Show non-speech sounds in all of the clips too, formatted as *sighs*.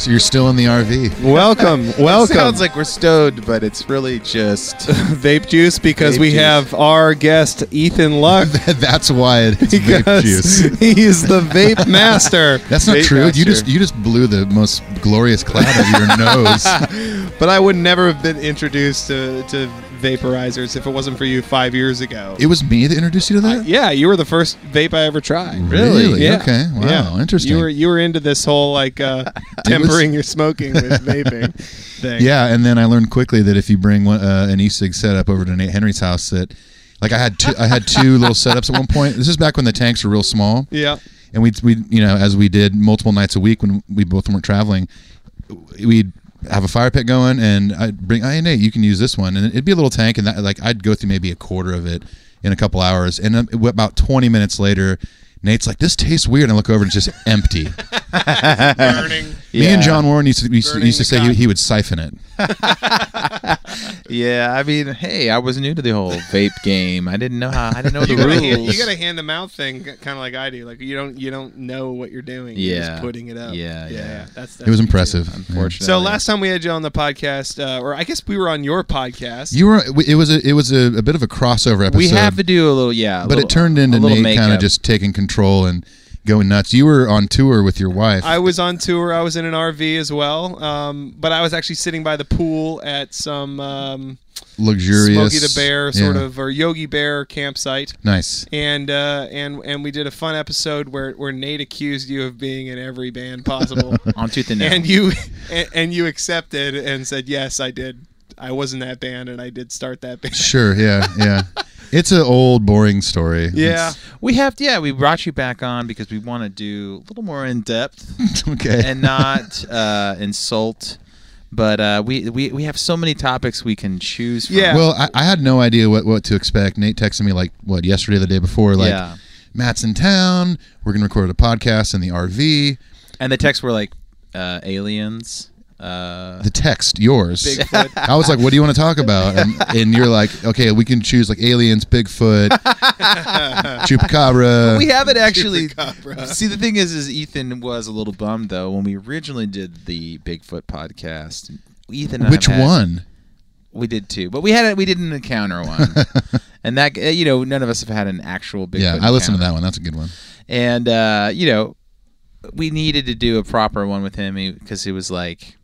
So you're still in the RV. Welcome, welcome. *laughs* It sounds like we're stoned, but it's really just *laughs* vape juice because Vape we juice. have our guest Ethan Luck *laughs* That's why it's vape because *laughs* juice. he's the *laughs* vape master. That's not Vape true. You master. just you just blew the most glorious cloud out of your nose. But I would never have been introduced to, to vaporizers if it wasn't for you five years ago. It was me that introduced you to that. yeah, you were the first vape I ever tried. Really? Yeah. Okay. Wow. Yeah. Interesting. You were you were into this whole like *laughs* uh, tempering your smoking with vaping thing. Yeah, and then I learned quickly that if you bring one, uh, an e-cig setup over to Nate Henry's house, that like I had two, I had two little setups at one point. This is back when the tanks were real small, Yeah. and we we you know as we did multiple nights a week when we both weren't traveling, we'd have a fire pit going, and I'd bring, hey Nate, you can use this one, and it'd be a little tank, and that like I'd go through maybe a quarter of it in a couple hours, and um, about twenty minutes later. Nate's like, this tastes weird. And I look over and it's just *laughs* empty. *laughs* Burning. Me Yeah. and John Warren used to, used to, Burning used to the say he, cotton. he would *laughs* siphon it. yeah. I mean, hey, I was new to the *laughs* whole vape game. I didn't know how. I didn't know the You gotta, hand, rules. you gotta hand the mouth thing, kind of like I do. Like you don't you don't know what you're doing. You're Yeah. just putting it up. Yeah, yeah. That's, that's It was me too. impressive. *laughs* Unfortunately. So last time we had you on the podcast, uh, or I guess we were on your podcast. You were. It was a. It was a, a bit of a crossover episode. we have to do a little, yeah. a but little- it turned into a little Nate kind of makeup. just taking control and going nuts. You were on tour with your wife. I was on tour. I was in an RV as well, um, but I was actually sitting by the pool at some um, luxurious. Smokey the Bear sort Yeah. of or Yogi Bear campsite. Nice. and uh, and and we did a fun episode where where Nate accused you of being in every band *laughs* possible, on tooth and *laughs* nail. and you and, and you accepted and said yes, I did. I was in that band and I did start that *laughs* band. Sure. Yeah. *laughs* Yeah. it's an old, boring story. Yeah, we have, yeah. We brought you back on because we want to do a little more in depth *laughs* It's- *laughs* okay. and not uh, insult. But uh, we, we we have so many topics we can choose from. Yeah. Well, I, I had no idea what, what to expect. Nate texted me like what yesterday, or the day before, like Yeah. Matt's in town. We're gonna record a podcast in the RV. And the texts were like uh, aliens. Uh, The text yours. Bigfoot. *laughs* I was like, "What do you want to talk about?" And, and you're like, "Okay, we can choose like aliens, Bigfoot, *laughs* *laughs* chupacabra." we haven't actually. Chupacabra. See, the thing is, is Ethan was a little bummed though when we originally did the Bigfoot podcast. Ethan, and Which I've had- one? We did two, but we had a, we did an encounter *laughs* one, and that uh, you know none of us have had an actual Bigfoot. yeah, I listened to encounter. that one. That's a good one. and uh, you know we needed to do a proper one with him because it was like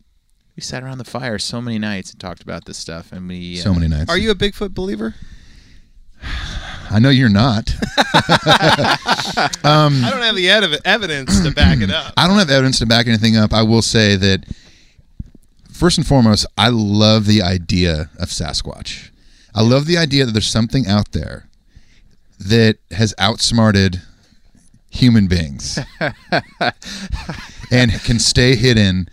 we sat around the fire so many nights and talked about this stuff, and we uh, So many nights. Are you a Bigfoot believer? I know you're not. um, I don't have the ed- evidence to back it up. I don't have evidence to back anything up. I will say that first and foremost, I love the idea of Sasquatch. I love the idea that there's something out there that has outsmarted human beings and can stay hidden.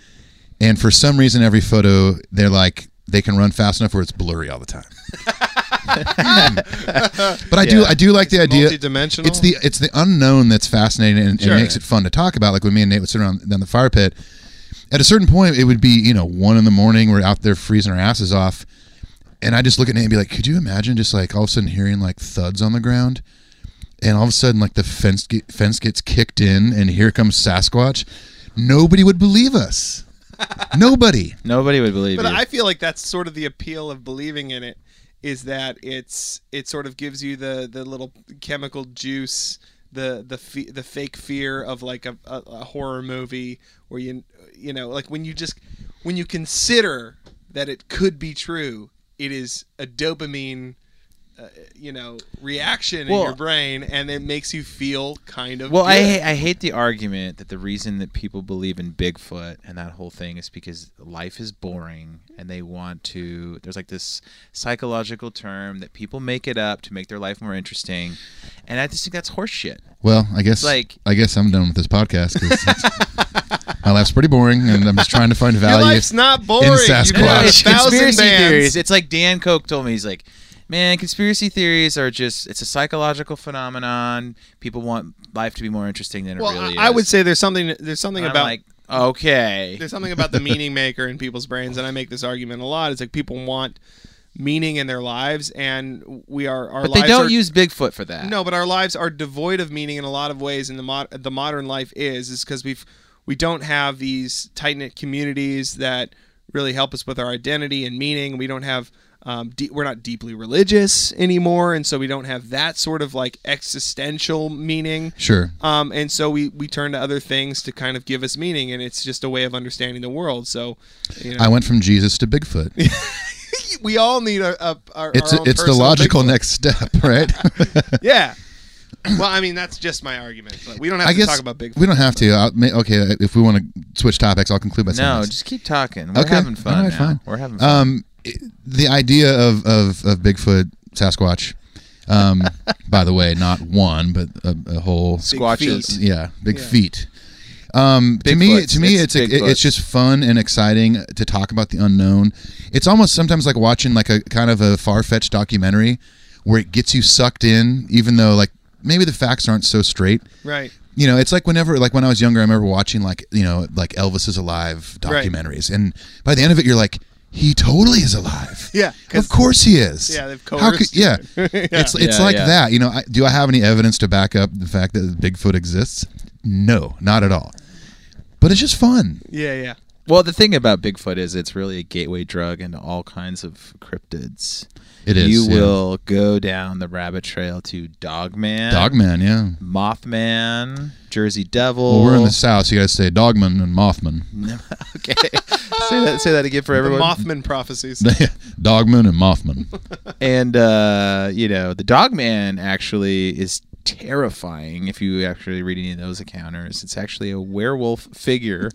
And for some reason, every photo, they're like, they can run fast enough where it's blurry all the time. Hmm. but I do, Yeah. I do like the idea. Multidimensional. It's the it's the unknown that's fascinating and, and Sure. makes it fun to talk about. Like when me and Nate would sit around down the fire pit, at a certain point it would be you know one in the morning. We're out there freezing our asses off, and I just look at Nate and be like, "Could you imagine just like all of a sudden hearing like thuds on the ground?" And all of a sudden, like the fence get, fence gets kicked in, and here comes Sasquatch. Nobody would believe us. *laughs* Nobody. nobody would believe But you. I feel like that's sort of the appeal of believing in it is that it's it sort of gives you the the little chemical juice the the fe- the fake fear of like a, a, a horror movie where you you know like when you just when you consider that it could be true it is a dopamine uh, you know reaction Well- in your brain and it makes you feel kind of Well, I, good. ha- I hate the argument that the reason that people believe in Bigfoot and that whole thing is because life is boring and they want to. There's like this psychological term that people make it up to make their life more interesting, and I just think *laughs* that's horseshit. Well, I guess Like- I guess I'm done with this podcast. 'cause it's- *laughs* my life's pretty boring, and I'm just trying to find value. your life's not boring You've got Sasquatch. a it's thousand conspiracy bands. theories. It's like Dan Koch told me. He's like, man, conspiracy theories are just it's a psychological phenomenon. People want life to be more interesting than well it really I, I is. would say there's something there's something And I'm about like okay. *laughs* there's something about the meaning maker in people's brains and i make this argument a lot it's like people want meaning in their lives and we are our But lives they don't are, use Bigfoot for that. no but our lives are devoid of meaning in a lot of ways and the mod the modern life is is because we've we don't have these tight knit communities that really help us with our identity and meaning. We don't have um, de- we're not deeply religious anymore, and so we don't have that sort of like existential meaning. Sure. Um, and so we we turn to other things to kind of give us meaning, and it's just a way of understanding the world. So, you know, I went from Jesus to Bigfoot. we all need a, a our, It's our own it's the personal logical Bigfoot. next step, *laughs* *laughs* right? Yeah. *coughs* Well, I mean that's just my argument, but we don't have I to guess talk about Bigfoot. we don't have to. I'll, ma- okay, uh, if we want to switch topics, I'll conclude by saying No, this. just keep talking. We're Okay. having fun. All right, now. fine. We're having fun. um, it- the idea of, of, of Bigfoot, Sasquatch, *laughs* um, by the way, not one, but a, a whole Squatches. feet. yeah, big Yeah. feet. Um, to me, Bigfoots. to me, it's It's it's, Bigfoots. it's just fun and exciting to talk about the unknown. It's almost sometimes like watching like a kind of a far fetched documentary where it gets you sucked in, even though like maybe the facts aren't so straight. Right. You know, it's like whenever like when I was younger, I remember watching like you know like Elvis is alive Right. documentaries, and by the end of it, you're like. He totally is alive. Yeah, 'cause- of course he is. Yeah, they've How could- coerced you. yeah. *laughs* Yeah. it's it's Yeah, like yeah. that that. You know, I, do I have any evidence to back up the fact that Bigfoot exists? No, not at all. But it's just fun. Yeah, yeah. well, the thing about Bigfoot is it's really a gateway drug into all kinds of cryptids. It is, You yeah. will go down the rabbit trail to Dogman, Dogman, yeah. Mothman, Jersey Devil. Well, we're in the South, so you guys say Dogman and Mothman. *laughs* okay. say that. Say that again for The everyone. Mothman prophecies. Dogman and Mothman. and uh, you know the Dogman actually is terrifying if you actually read any of those encounters. It's actually a werewolf figure.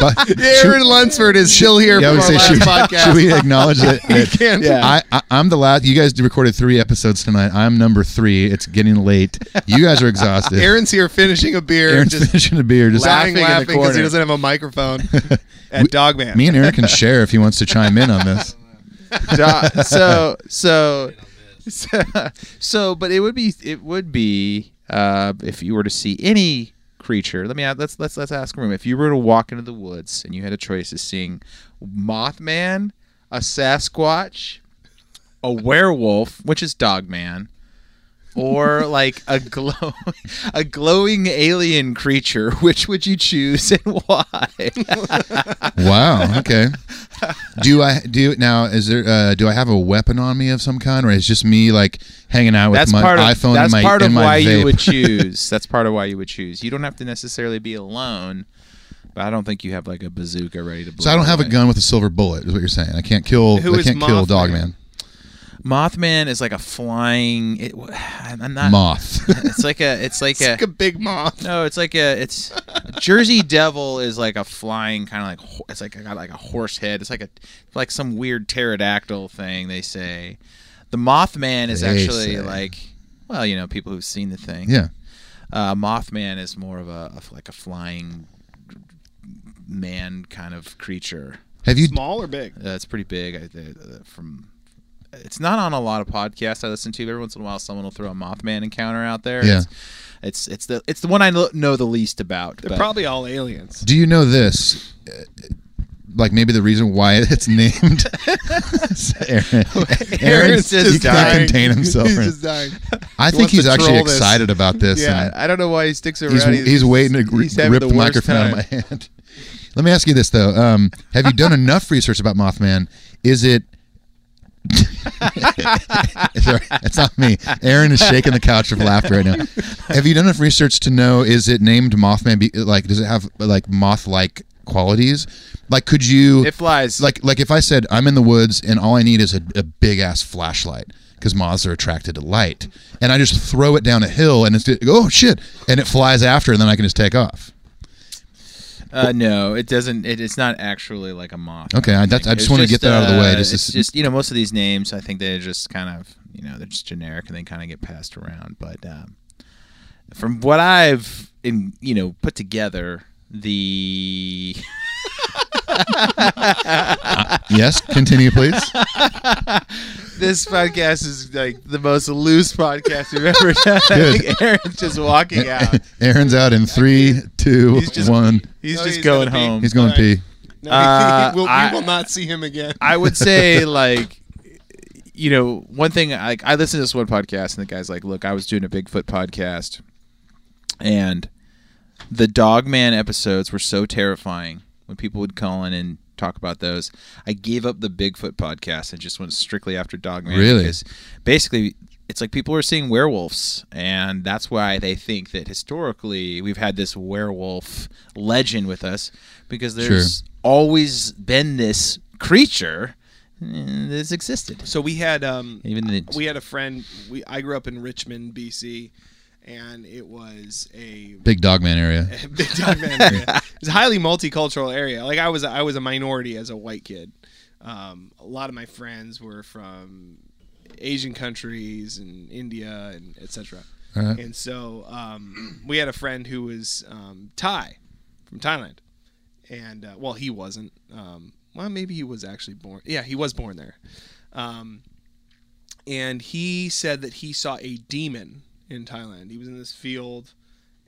But *laughs* Aaron Lunsford is still here yeah, I from would our say last should, podcast. should *laughs* we acknowledge that? that- can't. Yeah. I, I, I'm the last. You guys recorded three episodes tonight. I'm number three. It's getting late. You guys *laughs* are exhausted. Aaron's here finishing a beer, Aaron's *laughs* just finishing a beer. Just laughing, laughing in the laughing because he corner. doesn't have a *laughs* microphone at Dogman. me and Aaron can share if he wants to chime in on this. Do- so so so, *laughs* so but it would be it would be uh, if you were to see any creature let me add, let's let's let's ask room if you were to walk into the woods and you had a choice of seeing mothman a sasquatch a werewolf which is dogman or like a glow *laughs* a glowing alien creature which would you choose and *laughs* why Wow. Okay. Do I do now? Is there? Uh, do I have a weapon on me of some kind, or is just me like hanging out with that's my part of, iPhone That's and my part of and my why vape? *laughs* you would choose. that's part of why you would choose. You don't have to necessarily be alone, but I don't think you have like a bazooka ready to blow. so I don't have a away. gun with a silver bullet. Is what you're saying? I can't kill. Who I is can't kill Mothman? Dogman. Mothman is like a flying. It, *sighs* I'm not. *laughs* Moth. It's like a. It's *laughs* like a. Like a big moth. No, it's like a. It's Jersey Devil is like a flying kind of like. ho- It's like a, got like a horse head. It's like a like some weird pterodactyl thing. They say, the Mothman is They actually say. like. Well, you know, people who've seen the thing. yeah. Uh, Mothman is more of a of like a flying man kind of creature. Have you? Small or big? Uh, it's pretty big. I, uh, from it's not on a lot of podcasts I listen to. Every once in a while, someone will throw a Mothman encounter out there. Yeah. It's, it's it's the it's the one I lo- know the least about. They're but- probably all aliens. Do you know this? Uh, Like maybe the reason why it's named. *laughs* Aaron, Aaron's just he can't dying. contain *laughs* himself. He's just *laughs* dying. I think wants he's to actually troll this. excited about this. Yeah, and I don't know why he sticks around. he's, he's waiting to gri- he's having rip the, worst microphone out of time. my hand. Let me ask you this though: um, Have you *laughs* done enough research about Mothman? Is it? *laughs* Sorry, it's not me. Aaron is shaking the couch of laughter right now. Have you done enough research to know is it named Mothman? Be, like, does it have like moth-like qualities? Like, could you? It flies. like like if I said I'm in the woods and all I need is a, a big ass flashlight because moths are attracted to light, and I just throw it down a hill and it's oh shit, and it flies after, and then I can just take off. Uh, no, it doesn't. It, it's not actually like a moth. Okay, I- that's- I It's uh, just wanna get that out of the way, uh, just it's *laughs* to- just you know, most of these names, I think they're just kind of you know they're just generic and they kind of get passed around. But um, from what I've in you know put together, the Yes, continue *laughs* please. this podcast is like the most loose podcast we've ever done. Good. *laughs* Aaron's just walking *laughs* Aaron's out in three, two, He's just- one. He's No, just he's going gonna be- home. He's going All right. pee. No, Uh, we, will, I- we will not see him again. I would say like you know one thing like I listened to this one podcast and the guy's like look I was doing a Bigfoot podcast and the Dogman episodes were so terrifying when people would call in and talk about those. I gave up the Bigfoot podcast and just went strictly after Dogman. Really? Because basically, it's like people are seeing werewolves, and that's why they think that historically we've had this werewolf legend with us because there's always been this creature eh, that's existed. So we had um Even the, we had a friend. We I grew up in Richmond, BC, and it was a Big Dogman area. *laughs* big dog man area. It's a highly multicultural area. Like I was, I was a minority as a white kid. Um, a lot of my friends were from Asian countries and India and etc. All right. And so um, we had a friend who was um, Thai from Thailand, and uh, well, he wasn't. Um, well, maybe he was actually born. Yeah, he was born there. Um, and he said that he saw a demon in Thailand. He was in this field,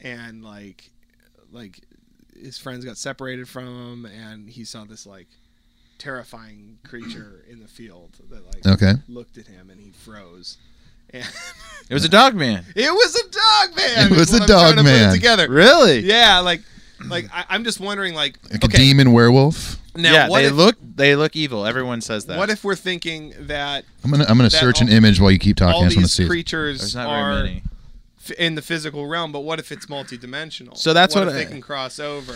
and like, like his friends got separated from him, and he saw this like terrifying *clears throat* creature in the field that like Okay. looked at him, and he froze. And *laughs* it was a Dogman. It was a dog man. It is was what a I'm trying dog to put it man. Together, Really? yeah. Like, like I, I'm just wondering. Like, Like a okay, demon werewolf. now yeah, what they if look they look evil. Everyone says that. what if we're thinking that I'm gonna I'm gonna That search an all- image while you keep talking. I all just want to these see. it. There's creatures not are very many. f- in the physical realm? But what if it's multidimensional? So that's what, what if they I- can cross over.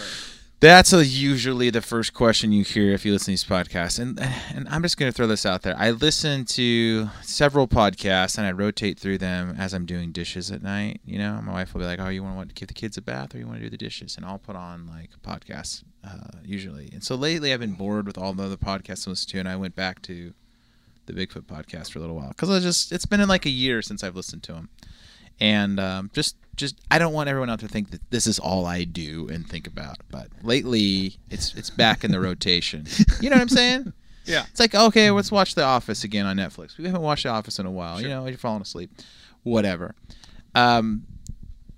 That's a, usually the first question you hear if you listen to these podcasts. And and I'm just going to throw this out there. I listen to several podcasts and I rotate through them as I'm doing dishes at night. You know, my wife will be like, "Oh, you want to give the kids a bath, or you want to do the dishes?" And I'll put on like podcasts uh, usually. And so lately, I've been bored with all the other podcasts I listen to, and I went back to the Bigfoot podcast for a little while because I just it's been like a year since I've listened to them and um, just just I don't want everyone out to think that this is all I do and think about. But lately, it's it's back in *laughs* the rotation. You know what I'm saying? Yeah. It's like okay, let's watch The Office again on Netflix. We haven't watched The Office in a while. Sure. You know, you're falling asleep, whatever. Um,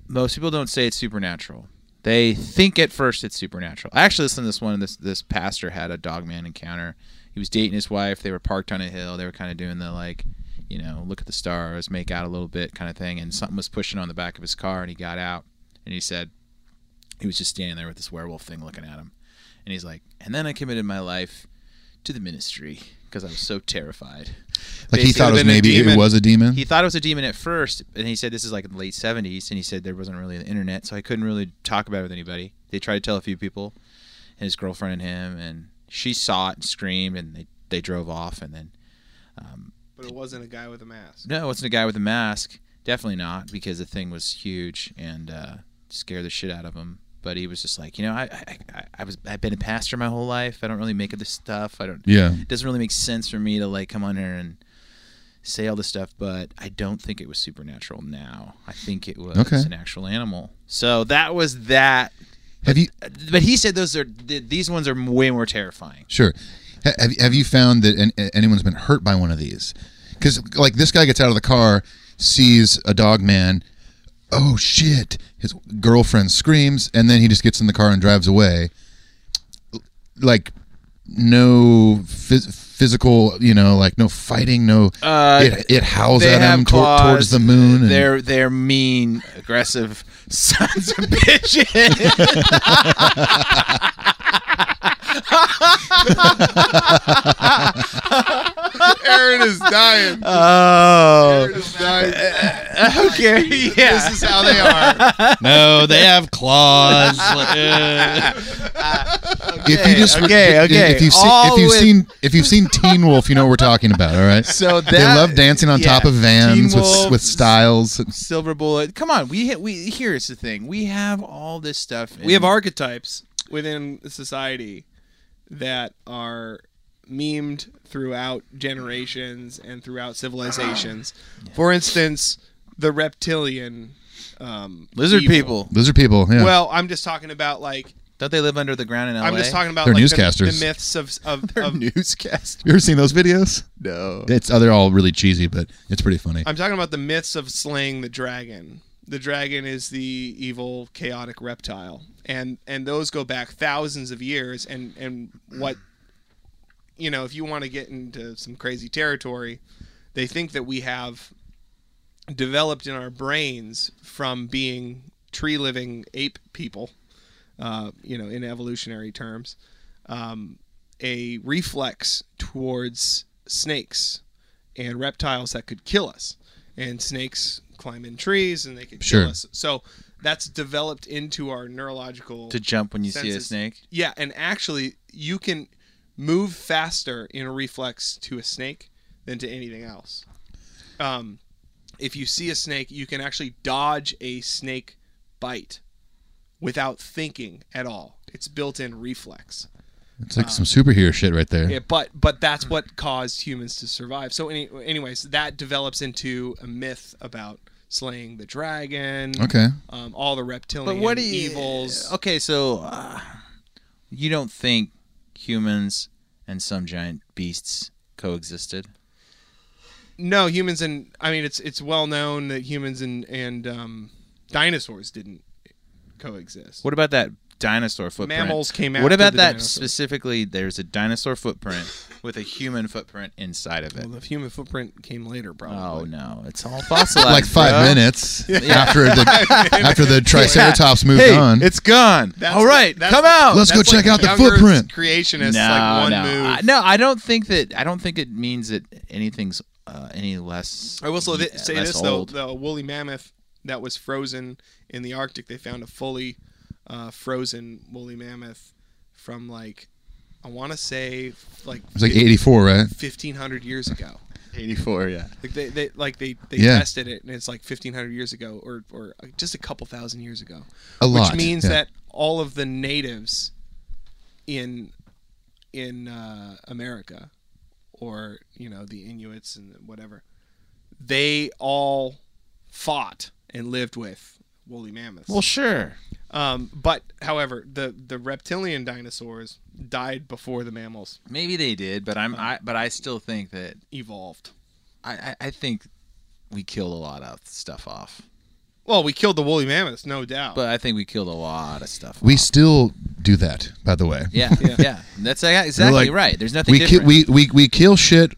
most people don't say it's supernatural. They think at first it's supernatural. I actually listened to this one. This this pastor had a dogman encounter. He was dating his wife. They were parked on a hill. They were kind of doing the like, you know, look at the stars, make out a little bit kind of thing. And something was pushing on the back of his car, and he got out, and he said he was just standing there with this werewolf thing looking at him, and he's like, and then I committed my life to the ministry because I was so terrified. Like he thought it could've was been a maybe it demon. was a demon. He thought it was a demon at first, and he said this is like the late '70s, and he said there wasn't really the internet, so I couldn't really talk about it with anybody. They tried to tell a few people, and his girlfriend and him, and she saw it and screamed, and they they drove off, and then um, But it wasn't a guy with a mask. no, it wasn't a guy with a mask. Definitely not, because the thing was huge and uh, scared the shit out of him. But he was just like, you know, I, I, I, I was I've been a pastor my whole life. I don't really make of this stuff. I don't yeah. it doesn't really make sense for me to like come on here and say all this stuff, but I don't think it was supernatural now. I think it was Okay. an actual animal. So that was that. Have you But he said those are th- these ones are way more terrifying. sure? Ha- Have have you found that an, anyone's been hurt by one of these? Because like this guy gets out of the car, sees a dog man. Oh shit! His girlfriend screams, and then he just gets in the car and drives away. Like no phys- physical, you know, like no fighting, no. Uh, it it howls at him tor- towards the moon. and- They're they're mean, aggressive *laughs* sons of bitches. *laughs* Aaron is dying. *laughs* oh, Aaron is dying. *laughs* okay, yeah. This is how they are. No, they have *laughs* claws. if you just okay, if- okay. if you've, seen, All if you've with- seen if you've seen Teen Wolf, you know what we're talking about, all right? *laughs* So that, they love dancing on yeah. top of vans Teen with, Wolf, with styles. Silver Bullet. Come on, we we here's the thing. We have all this stuff. in- We have archetypes within society that are memed throughout generations and throughout civilizations. For instance, the reptilian um, lizard evil. people. Those are people. Yeah. Well, I'm just talking about like Don't they live under the ground in LA? I'm just talking about They're like, The, newscasters. the myths of of, *laughs* They're of newscast. you ever seen those videos? No. It's oh, they're all really cheesy, but it's pretty funny. *laughs* I'm talking about the myths of slaying the dragon. The dragon is the evil, chaotic reptile, and and those go back thousands of years. And and what, you know, if you want to get into some crazy territory, they think that we have developed in our brains from being tree living ape people, uh, you know, in evolutionary terms, um, a reflex towards snakes and reptiles that could kill us. And snakes climb in trees and they could Sure. kill us. So that's developed into our neurological to jump when you see a Senses. snake. yeah, and actually, you can move faster in a reflex to a snake than to anything else. Um, if you see a snake, you can actually dodge a snake bite without thinking at all. It's built-in reflex. It's like some superhero shit right there. Yeah, but but that's what caused humans to survive. So any, anyways, that develops into a myth about slaying the dragon. Okay. Um, all the reptilian But what do you evils. Okay, so uh, you don't think humans and some giant beasts coexisted? No, humans and I mean it's it's well known that humans and and um, dinosaurs didn't coexist. What about that dinosaur footprint? Mammals came What after about the that dinosaurs. specifically? There's a dinosaur footprint with a human footprint inside of it. Well, the human footprint came later, Oh probably. no, it's *laughs* all fossilized. Like five bro. minutes after *laughs* the Oh, *laughs* after the Triceratops moved Hey, on. it's gone. That's- all right, that's- come out. Let's go That's check like out the younger footprint. Creationists no, like one no, move. I, no. I don't think that. I don't think it means that anything's uh, any less. I will also th- uh, say less this old. though: the woolly mammoth that was frozen in the Arctic, they found a fully uh, frozen woolly mammoth from like I want to say like It was like 84, right? fifteen hundred years ago. 84. Yeah. Like they, they like they, they Yeah. tested it and it's like 1500 years ago or or uh, just a couple thousand years ago. A lot. Which means yeah. that all of the natives in in uh, America or you know the Inuits and whatever they all fought and lived with woolly mammoths. Well, sure. um, but however, the the reptilian dinosaurs died before the mammals Maybe they did, but Uh, I'm. I but I still think that evolved. I. I, I think we killed a lot of stuff off. Well, we killed the woolly mammoths, no doubt. But I think we killed a lot of stuff. we *laughs* off. still do that, by the way. Yeah, yeah, That's They're exactly like, right. There's nothing we ki- different. we we we kill shit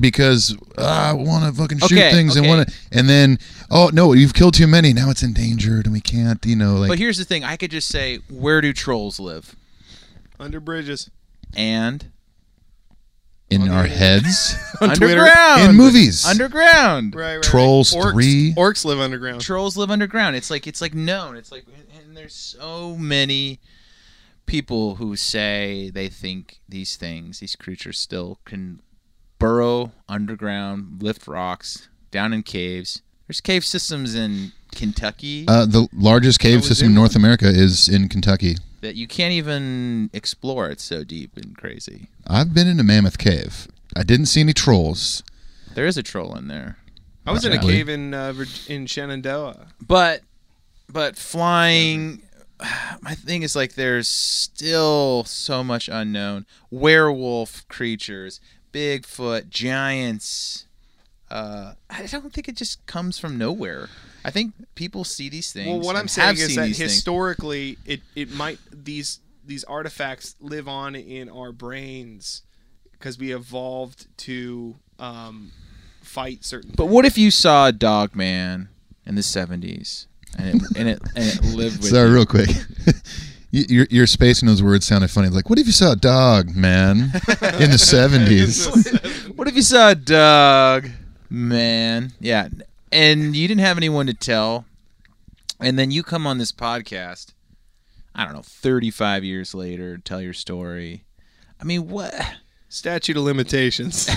because uh, I want to fucking shoot Okay, things and okay. want to, and then oh no, you've killed too many. Now it's endangered and we can't, you know, but like here's the thing: I could just say, "Where do trolls live?" under bridges, *laughs* And in on our the- *laughs* heads *laughs* Twitter. underground in movies. Underground. right, right, right. Trolls orcs, 3. Orcs live underground. Trolls live underground. It's like it's like known. It's like and there's so many people who say they think these things, these creatures, still can burrow underground, lift rocks down in caves. There's cave systems in Kentucky uh, the largest That cave was system in in- North America is in Kentucky. that you can't even explore. It's so deep and crazy. I've been in a Mammoth Cave. I didn't see any trolls. There is a troll in there. I was in a Probably. cave in uh, Vir- in Shenandoah. but but flying *sighs* my thing is like there's still so much unknown werewolf creatures bigfoot giants uh i don't think it just comes from nowhere i think people see these things Well, what and I'm saying have is seen that these things. historically, it it might these these artifacts live on in our brains because we evolved to um, fight certain. *laughs* but what if you saw a dog man in the 70s and it and it, and it lived with Sorry, you? real quick. *laughs* Y- Your, your spacing those words sounded funny. Like, what if you saw a dog, *laughs* man, in the seventies? What if you saw a dog? Man, yeah. And you didn't have anyone to tell. And then you come on this podcast, I don't know, 35 years later, tell your story. I mean, what? *laughs* *laughs* statute of limitations.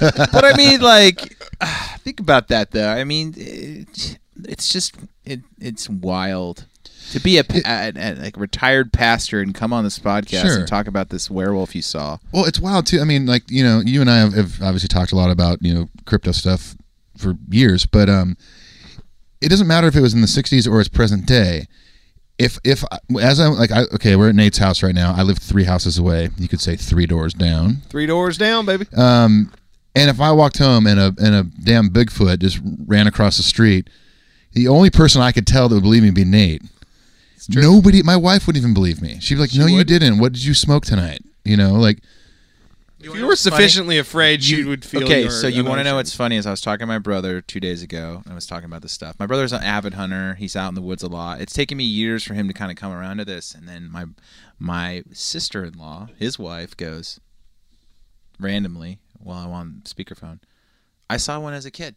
But I mean, like, *sighs* ah, think about that, though. I mean, it, it's just, it, it's wild. To be a, pa- a, a- like retired pastor and come on this podcast Sure. and talk about this werewolf you saw. Well, it's wild too. I mean, like you know, you and I have, have obviously talked a lot about you know crypto stuff for years, but um, it doesn't matter if it was in the '60s or it's present day. If if as I'm like I, okay, we're at Nate's house right now. I live three houses away. You could say three doors down. Three doors down, baby. Um, and if I walked home and a and a damn Bigfoot just ran across the street, the only person I could tell that would believe me would be Nate. Nobody, my wife wouldn't even believe me. She'd be like, "No, you would? didn't. What did you smoke tonight?" You know, like If you were sufficiently afraid, you, would feel. okay, your so you want to know emotions. what's funny is I was talking to my brother two days ago. And I was talking about this stuff. My brother's an avid hunter. He's out in the woods a lot. It's taken me years for him to kind of come around to this. And then my my sister in law, his wife, goes randomly while I'm on speakerphone. I saw one as a kid,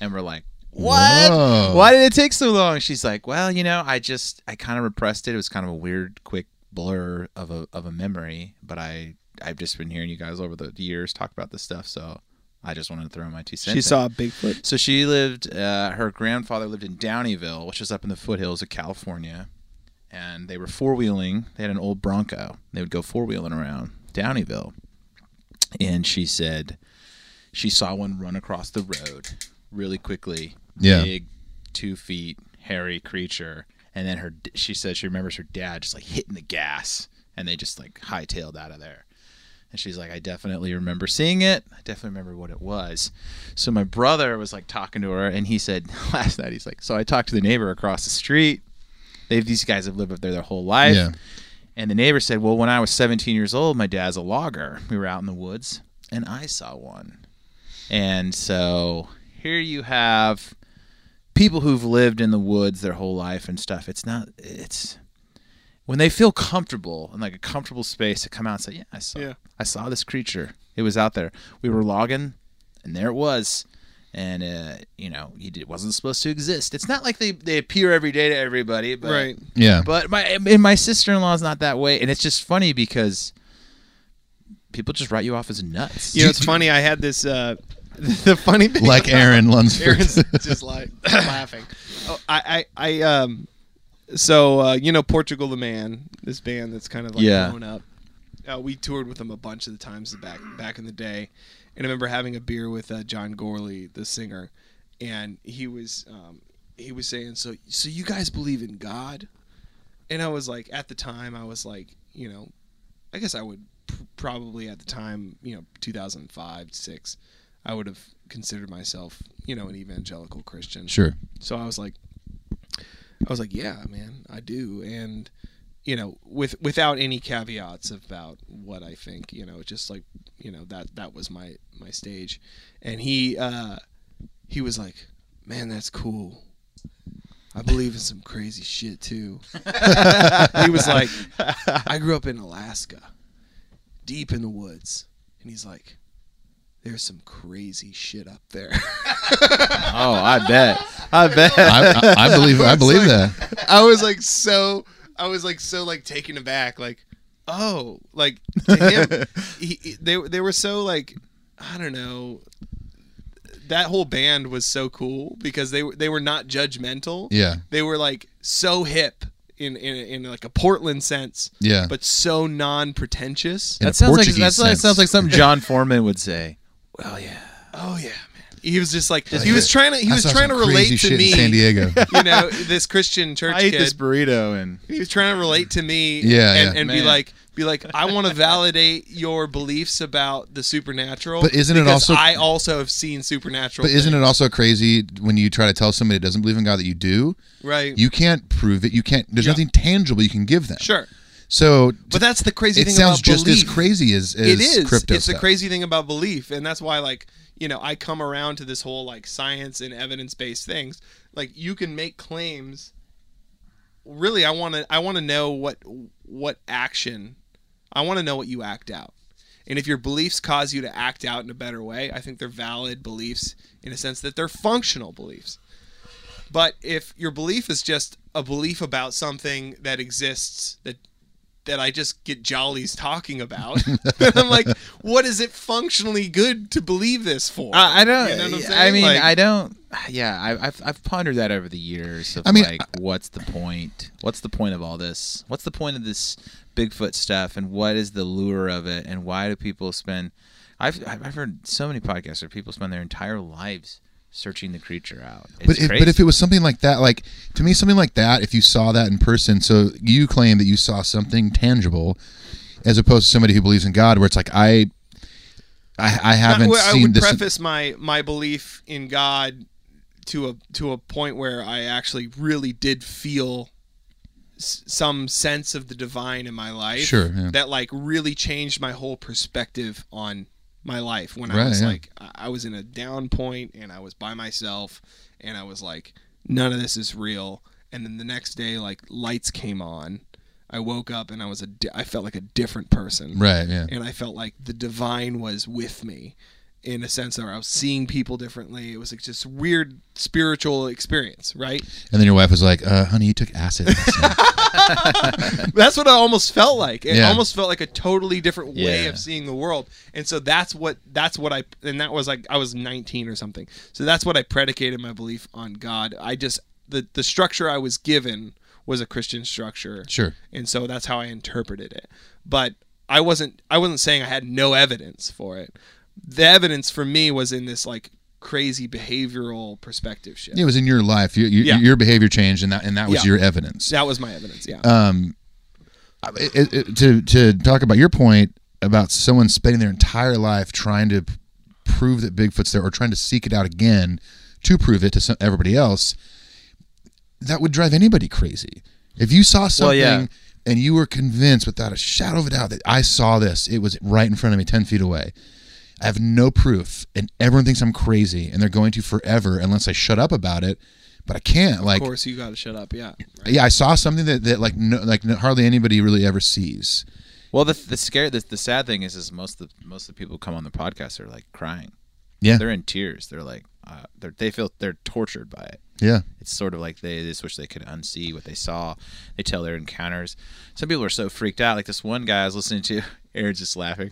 and we're like. What? Whoa. Why did it take so long? She's like, well, you know, I just I kind of repressed it. It was kind of a weird, quick blur of a of a memory, but I I've just been hearing you guys over the years talk about this stuff, so I just wanted to throw my two cents. She in. saw a Bigfoot. So she lived. Uh, her grandfather lived in Downeyville, which is up in the foothills of California, and they were four wheeling. They had an old Bronco. They would go four wheeling around Downeyville, and she said she saw one run across the road really quickly. Yeah. big, two feet, hairy creature. And then her, d- she says she remembers her dad just like hitting the gas, and they just like hightailed out of there. And she's like, I definitely remember seeing it. I definitely remember what it was. So my brother was like talking to her, and he said *laughs* last night, he's like, So I talked to the neighbor across the street. They've these guys have lived up there their whole life. Yeah. And the neighbor said, Well, when I was 17 years old, my dad's a logger. We were out in the woods, and I saw one. And so here you have people who've lived in the woods their whole life and stuff. It's not, it's when they feel comfortable in like a comfortable space to come out and say, Yeah, I saw, Yeah. I saw this creature. It was out there. We were logging, and there it was. And uh, you know, he did, wasn't supposed to exist. It's not like they, they appear every day to everybody, but Right. Yeah. but my and my sister in law's not that way, and it's just funny because people just write you off as nuts. You know, it's funny. I had this. Uh, *laughs* the funny thing. like Aaron *laughs* Lunsford. Aaron's just like laughing. Oh, I, I, I um, so uh, you know Portugal the Man, this band that's kind of like Yeah. blown up. Uh, we toured with them a bunch of the times back back in the day, and I remember having a beer with uh, John Gorley, the singer, and he was um, he was saying, so so you guys believe in God, and I was like, at the time, I was like, you know, I guess I would pr- probably at the time, you know, 2005, six, I would have considered myself, you know, an evangelical Christian. *laughs* sure. So I was like, I was like, yeah, man, I do, and you know, with without any caveats about what I think, you know, just like you know that that was my my stage, and he uh, he was like, man, that's cool. I believe in some crazy shit too. he was like, *laughs* I grew up in Alaska, deep in the woods, and he's like, there's some crazy shit up there. *laughs* *laughs* Oh, I bet, I bet. I, *laughs* I, I believe. I believe that. I was like so I was like so like taken aback like oh like to *laughs* him he, he- they they were so like I don't know that whole band was so cool because they were they were not judgmental Yeah. they were like so hip in in, in like a Portland sense Yeah. but so non pretentious In a that sounds like Portuguese that's like, sense. sounds like something John Foreman *laughs* would say. Well, yeah. oh yeah man he was just like Just- he was trying to he I was saw trying to some crazy relate shit to in me *laughs* San Diego. you know this *laughs* Christian church I ate kid this burrito and He was trying to relate to me, Yeah, and, yeah. and be Man. like, be like, I want to validate your beliefs about the supernatural. But isn't it because also- I also have seen supernatural. But isn't it also crazy when you try to tell somebody that doesn't believe in God that you do? right? You can't prove it. You can't. There's Yeah. nothing tangible you can give them. sure, So but that's the crazy it thing. sounds about just belief. as crazy as, as it is. crypto it's stuff. the crazy thing about belief, and that's why, like, you know, I come around to this whole like science and evidence based things. Like, you can make claims. Really, I want to. I want to know what what action. I want to know what you act out. And if your beliefs cause you to act out in a better way, I think they're valid beliefs in a sense that they're functional beliefs. But if your belief is just a belief about something that exists that that I just get jollies talking about, *laughs* then I'm like, what is it functionally good to believe this for? I, I don't. You know what I'm saying? I mean, Like- I don't. Yeah, I, I've I've pondered that over the years. Of I mean, like, what's the point? What's the point of all this? What's the point of this Bigfoot stuff? And what is the lure of it? And why do people spend? I've I've I've heard so many podcasts where people spend their entire lives searching the creature out. It's But if, crazy. but if it was something like that, like to me, something like that, if you saw that in person, so you claim that you saw something tangible, as opposed to somebody who believes in God, where it's like I, I, I haven't I, I seen would this. preface my my belief in God to a to a point where I actually really did feel s- some sense of the divine in my life Sure, yeah. that like really changed my whole perspective on my life when I Right, was yeah. like I I was in a down point and I was by myself and I was like none of this is real and then the next day like lights came on I woke up and I was a di- I felt like a different person Right. Yeah. and I felt like the divine was with me in a sense that I was seeing people differently it was like just weird spiritual experience right And then your wife was like, uh, "Honey, you took acid." *laughs* last night." That's what I almost felt like. It Yeah. almost felt like a totally different way Yeah. of seeing the world. And so that's what that's what I and that was like I was 19 or something. So that's what I predicated my belief on God. I just the the structure I was given was a Christian structure. sure. And so that's how I interpreted it. But I wasn't I wasn't saying I had no evidence for it. The evidence for me was in this like crazy behavioral perspective shift. Yeah, it was in your life. Your your, Yeah. your behavior changed, and that and that was Yeah. your evidence. That was my evidence, yeah. Um, I- it, it, to to talk about your point about someone spending their entire life trying to p- prove that Bigfoot's there or trying to seek it out again to prove it to some, everybody else, that would drive anybody crazy. If you saw something. Well, yeah. And you were convinced without a shadow of a doubt that I saw this. It was right in front of me, 10 feet away. I have no proof, and everyone thinks I'm crazy, and they're going to forever unless I shut up about it. But I can't. of Like, course you got to shut up, yeah. yeah, I saw something that, that like no, like no, hardly anybody really ever sees. Well, the the scare the, the sad thing is is most of the, most of the people who come on the podcast are like crying. Yeah. they're in tears. They're like uh, they're, they feel they're tortured by it. Yeah, It's sort of like they just wish they could unsee what they saw. They tell their encounters. Some people are so freaked out. Like this one guy I was listening to, *laughs* Aaron's just laughing.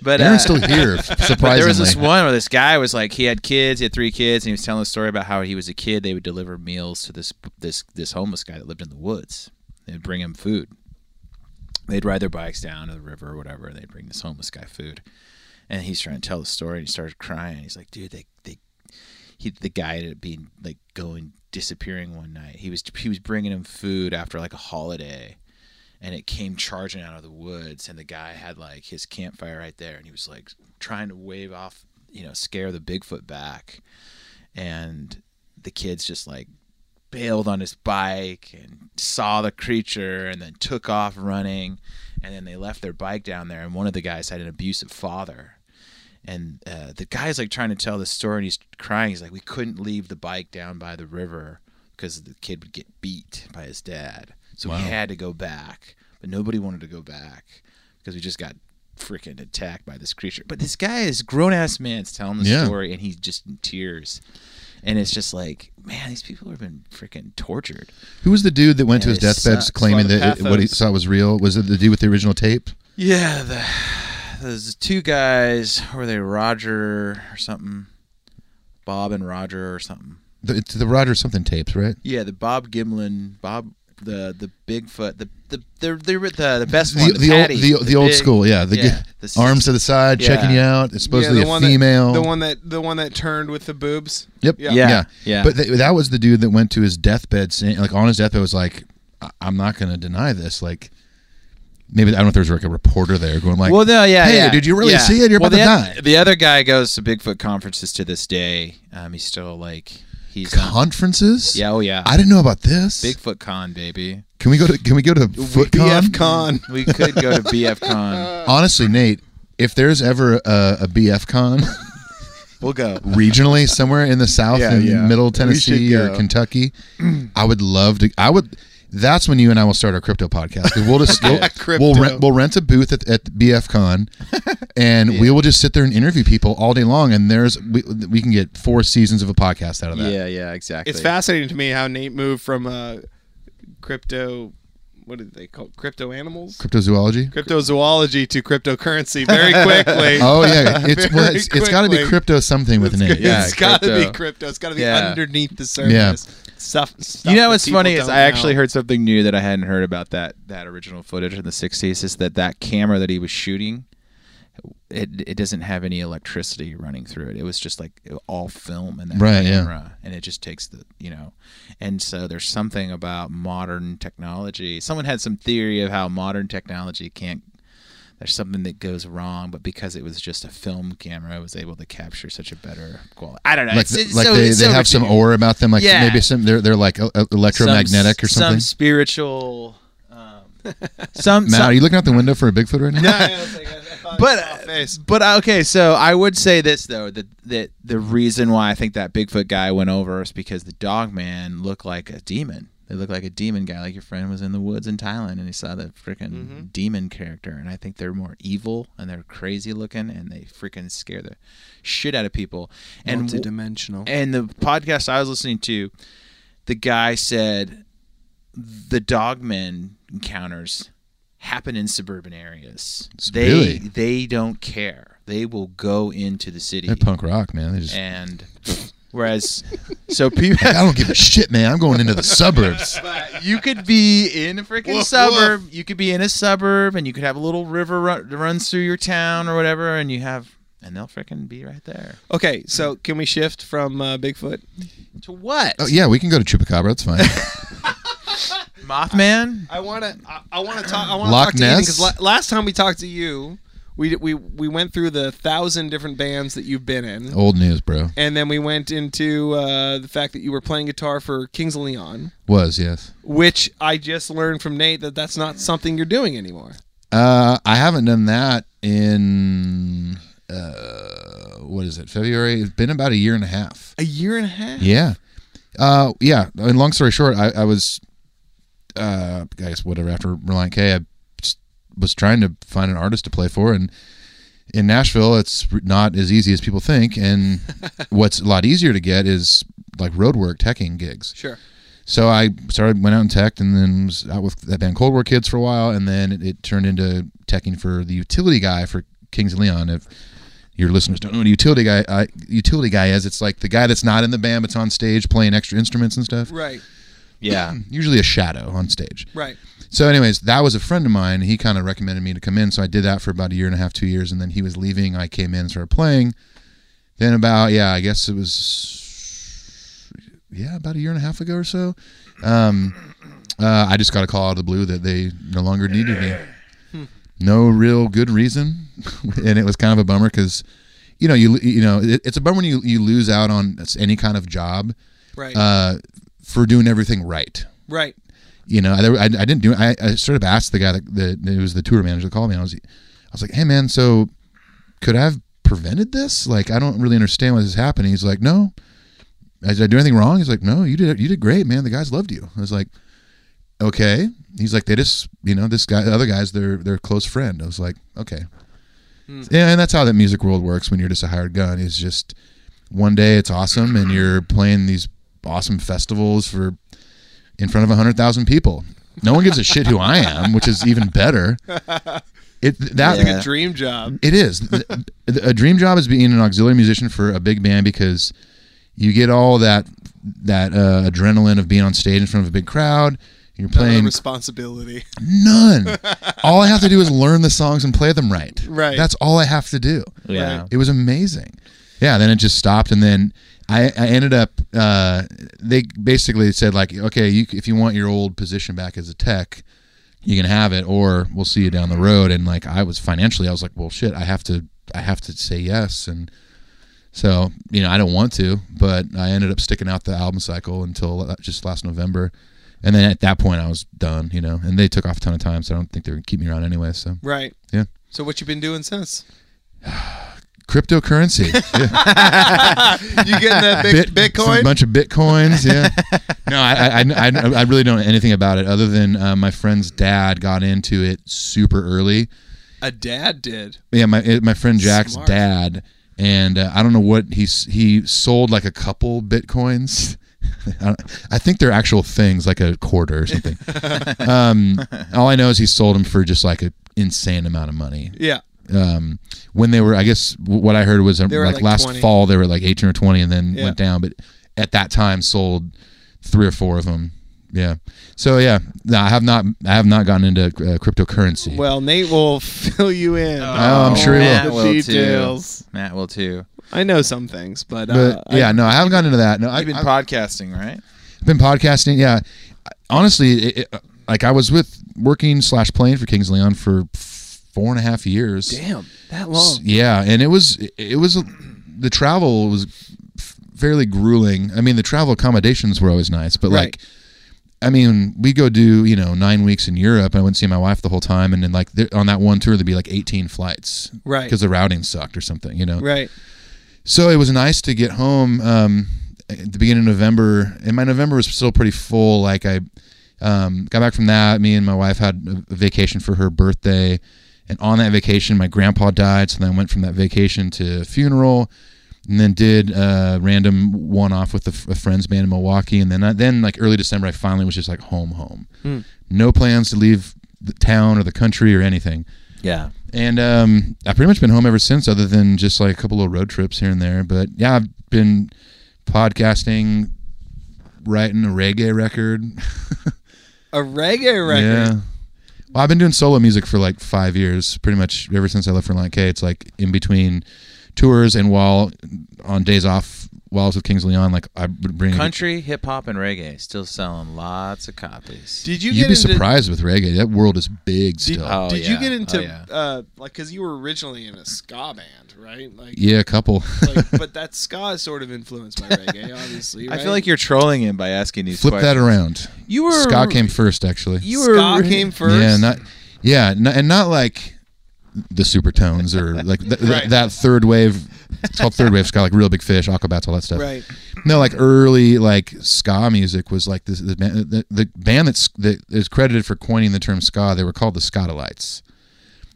But Aaron's uh, still here. surprisingly, *laughs* but there was this one where this guy was like, he had kids, he had three kids, and he was telling a story about how he was a kid. They would deliver meals to this this this homeless guy that lived in the woods. They'd bring him food. They'd ride their bikes down to the river or whatever, and they'd bring this homeless guy food. And he's trying to tell the story, and he started crying. He's like, dude, they they he the guy ended up being like going disappearing one night. He was he was bringing him food after like a holiday, and it came charging out of the woods. And the guy had like his campfire right there, and he was like trying to wave off, you know, scare the Bigfoot back. And the kids just like bailed on his bike and saw the creature and then took off running. And then they left their bike down there, and one of the guys had an abusive father and uh, the guy's like trying to tell the story and he's crying he's like we couldn't leave the bike down by the river because the kid would get beat by his dad so we had to go back but nobody wanted to go back because we just got freaking attacked by this creature but this guy is grown-ass man's telling the Yeah. story and he's just in tears and it's just like man these people have been freaking tortured Who was the dude that went to Yeah, his it deathbed sucks. claiming A lot of that it, what he pathos. saw was real? Was it the dude with the original tape? yeah the those two guys were they roger or something bob and roger or something The, it's the Roger something tapes, right? Yeah, the Bob Gimlin, Bob the the Bigfoot, the the the the, the, the best The one, the, the, Patty, old the, the, old big- school, yeah. The, g- yeah, the six- arms to the side, yeah. checking you out. It's supposedly the a one female. That, the one that the one that turned with the boobs. Yep. Yeah. Yeah, yeah. yeah. But th- that was the dude that went to his deathbed saying, like, on his deathbed was like, I- I'm not going to deny this. Like, maybe, I don't know if there was like a reporter there going, like, well, no, yeah, hey, yeah, did you really yeah. see it? You're well, about to the die. oth- The other guy goes to Bigfoot conferences to this day. Um, he's still like he's on- conferences? yeah, oh yeah, I didn't know about this. Bigfoot Con, baby. Can we go to Can we go to FootCon? BF Con. We could go to BF Con. Honestly, Nate, if there's ever a, a BF Con *laughs* *laughs* We'll go. regionally somewhere in the South, Yeah, in yeah. Middle We should Tennessee or go. *clears throat* Kentucky, I would love to. I would. That's when you and I will start our crypto podcast. 'Cause We'll *laughs* just we'll- Crypto. we'll, rent, we'll rent a booth at, at BF Con, and we will just sit there and interview people all day long. And there's we, we can get four seasons of a podcast out of that. Yeah, yeah, exactly. It's fascinating to me how Nate moved from uh, crypto. What did they call it? crypto animals? Cryptozoology. *laughs* Cryptozoology to cryptocurrency *laughs* very quickly. Oh yeah, *laughs* it's well, Very it's, it's got to be quickly. crypto something with an It's Nate. yeah, got to be crypto. crypto. It's got to be Yeah. underneath the surface. Stuff, stuff you know that what's people funny is don't I *laughs* actually know. heard something new that I hadn't heard about that that original footage in the '60s is that that camera that he was shooting, it it doesn't have any electricity running through it. It was just like all film in that Right, yeah. camera, and it just takes the you know, and so there's something about modern technology. Someone had some theory of how modern technology can't. There's something that goes wrong, but because it was just a film camera, it was able to capture such a better quality. I don't know. like, it's, it's like so- they, it's they so have some ridiculous aura about them like Yeah. maybe some they're, they're like e- some- electromagnetic or something Some spiritual um, Some, Matt, some are you looking out the window for a Bigfoot right now? *laughs* I was like, I- I thought I but uh, saw a uh, face. but okay, so I would say this though that that the reason why I think that Bigfoot guy went over is because the dog man looked like a demon. They looked like a demon guy, like your friend was in the woods in Thailand and he saw that freaking Mhm. demon character. And I think they're more evil and they're crazy looking and they freaking scare the shit out of people. And w- multidimensional. and the podcast I was listening to, the guy said the dogmen encounters happen in suburban areas. They Really? they don't care. They will go into the city They're punk rock, man. They just and whereas so *laughs* people I don't give a shit, man. I'm going *laughs* into the suburbs. but you could be in a freaking Woof, suburb. You could be in a suburb, and you could have a little river run, runs through your town or whatever, and you have, and they'll freaking be right there. Okay, so can we shift from uh, Bigfoot? To what? Oh yeah, we can go to Chupacabra. That's *laughs* fine. Mothman. I want to. I, I want to talk. I want to Loch talk to you Ness? because la- last time we talked to you, we we we went through the thousand different bands that you've been in, Old news, bro. and then we went into uh, the fact that you were playing guitar for Kings of Leon, Was yes. which I just learned from Nate that that's not something you're doing anymore. Uh, I haven't done that in uh, what is it? February. It's been about a year and a half. A year and a half. Yeah, uh, yeah. And long story short, I, I was, uh, I guess whatever. After Reliant K, I s- was trying to find an artist to play for, and in Nashville, it's not as easy as people think. And what's a lot easier to get is like roadwork, teching gigs. Sure. So I started went out and teched, and then was out with that band Cold War Kids for a while, and then it, it turned into teching for the utility guy for Kings and Leon. If your listeners don't know what a utility guy uh, utility guy is, it's like the guy that's not in the band but's on stage playing extra instruments and stuff. Right. Yeah. Usually a shadow on stage. Right. So, anyways, that was a friend of mine. He kind of recommended me to come in, so I did that for about a year and a half, two years, and then he was leaving. I came in and started playing. Then about yeah, I guess it was yeah about a year and a half ago or so. Um, uh, I just got a call out of the blue that they no longer needed me. No real good reason, *laughs* and it was kind of a bummer because, you know, you you know, it, it's a bummer when you you lose out on any kind of job Right. uh, for doing everything right right. you know, I, I, I didn't do. I, I sort of asked the guy that, that, that was the tour manager that called me. And I was, I was like, hey man, so could I have prevented this? Like, I don't really understand why this is happening. He's like, no. I- Did I do anything wrong? He's like, no, you did. You did great, man. The guys loved you. I was like, okay. He's like, they just, you know, this guy, the other guy's their their close friend. I was like, okay. Yeah, and that's how that music world works. When you're just a hired gun, is just one day it's awesome, and you're playing these awesome festivals for in front of 100,000 people. No one gives a shit who I am, which is even better. It that Like a dream job. it is. Th- th- a dream job is being an auxiliary musician for a big band because you get all that that uh, adrenaline of being on stage in front of a big crowd. You're Another playing responsibility. *laughs* none. all I have to do is learn the songs and play them right. Right. That's all I have to do. Yeah. It was amazing. Yeah, then it just stopped, and then I, I ended up. Uh, they basically said like, okay, you, if you want your old position back as a tech, you can have it, or we'll see you down the road. And like, I was financially, I was like, well, shit, I have to, I have to say yes, and so you know, I don't want to, but I ended up sticking out the album cycle until uh, just last November, and then at that point, I was done, you know. And they took off a ton of time, so I don't think they're gonna keep me around anyway. So Right. Yeah. So what you been doing since? cryptocurrency. Yeah. you getting *laughs* that big Bit- Bitcoin? A bunch of bitcoins, *laughs* yeah. no, I, I, I, I really don't know anything about it other than uh, my friend's dad got into it super early. A dad did. Yeah, my it- my friend Jack's Smart. dad, and uh, I don't know what he s- he sold like a couple bitcoins. *laughs* I, don't, I think they're actual things, like a quarter *laughs* or something. um, all I know is he sold them for just like an insane amount of money Yeah. um, when they were, I guess w- what I heard was um, They were like, like last 20. fall they were like 18 or 20 and then Yeah. went down, but at that time sold three or four of them. Yeah. So yeah, no, I have not, I have not gotten into uh, cryptocurrency. Well, Nate will *laughs* fill you in. Oh, I'm sure he will. Matt The will too. details. Matt will too. I know some things, but, uh, but yeah, no, I haven't gotten into that. No, I, I've been I- podcasting, right? been podcasting. Yeah, honestly, it, it, like I was with working slash playing for Kings Leon for four and a half years. damn, that S- Yeah, and it was it was the travel was f- fairly grueling. I mean, the travel accommodations were always nice, but Right. like I mean, we go do you know nine weeks in Europe, and I wouldn't see my wife the whole time, and then like there- on that one tour, there'd be like eighteen flights, Right. Because the routing sucked or something, you know. Right. So it was nice to get home um, at the beginning of November, and my November was still pretty full. Like I um, got back from that, me and my wife had a vacation for her birthday, and on that vacation, my grandpa died. So then I went from that vacation to a funeral, and then did a random one-off with a, f- a friend's band in Milwaukee, and then I, then like early December, I finally was just like home, home. No plans to leave the town or the country or anything. Yeah. And um, I've pretty much been home ever since, other than just like a couple of road trips here and there. But yeah, I've been podcasting, writing a reggae record. *laughs* A reggae record. Yeah. Well, I've been doing solo music for like five years, pretty much ever since I left for Lion K. It's like in between tours and while on days off, while I was with Kings Leon, like I would bring. Country, hip hop, and reggae still selling lots of copies. Did you get You'd be into, surprised with reggae. That world is big still. Oh, Did you yeah. get Oh, into yeah. uh, like because you were originally in a ska band, right? Like, yeah, a couple. like but that ska is sort of influenced by reggae, obviously. I Right? feel like you're trolling him by asking *laughs* these Flip that questions. around. You were Ska came first, actually. You were ska came first. Yeah, not yeah, n- and not like the *laughs* supertones or like th- th- Right. that third wave. It's called third wave ska, like real big fish, aquabats, all that stuff. right. No, like early like ska music was like this the band, the, the band that's that is credited for coining the term ska. They were called the Scotalites,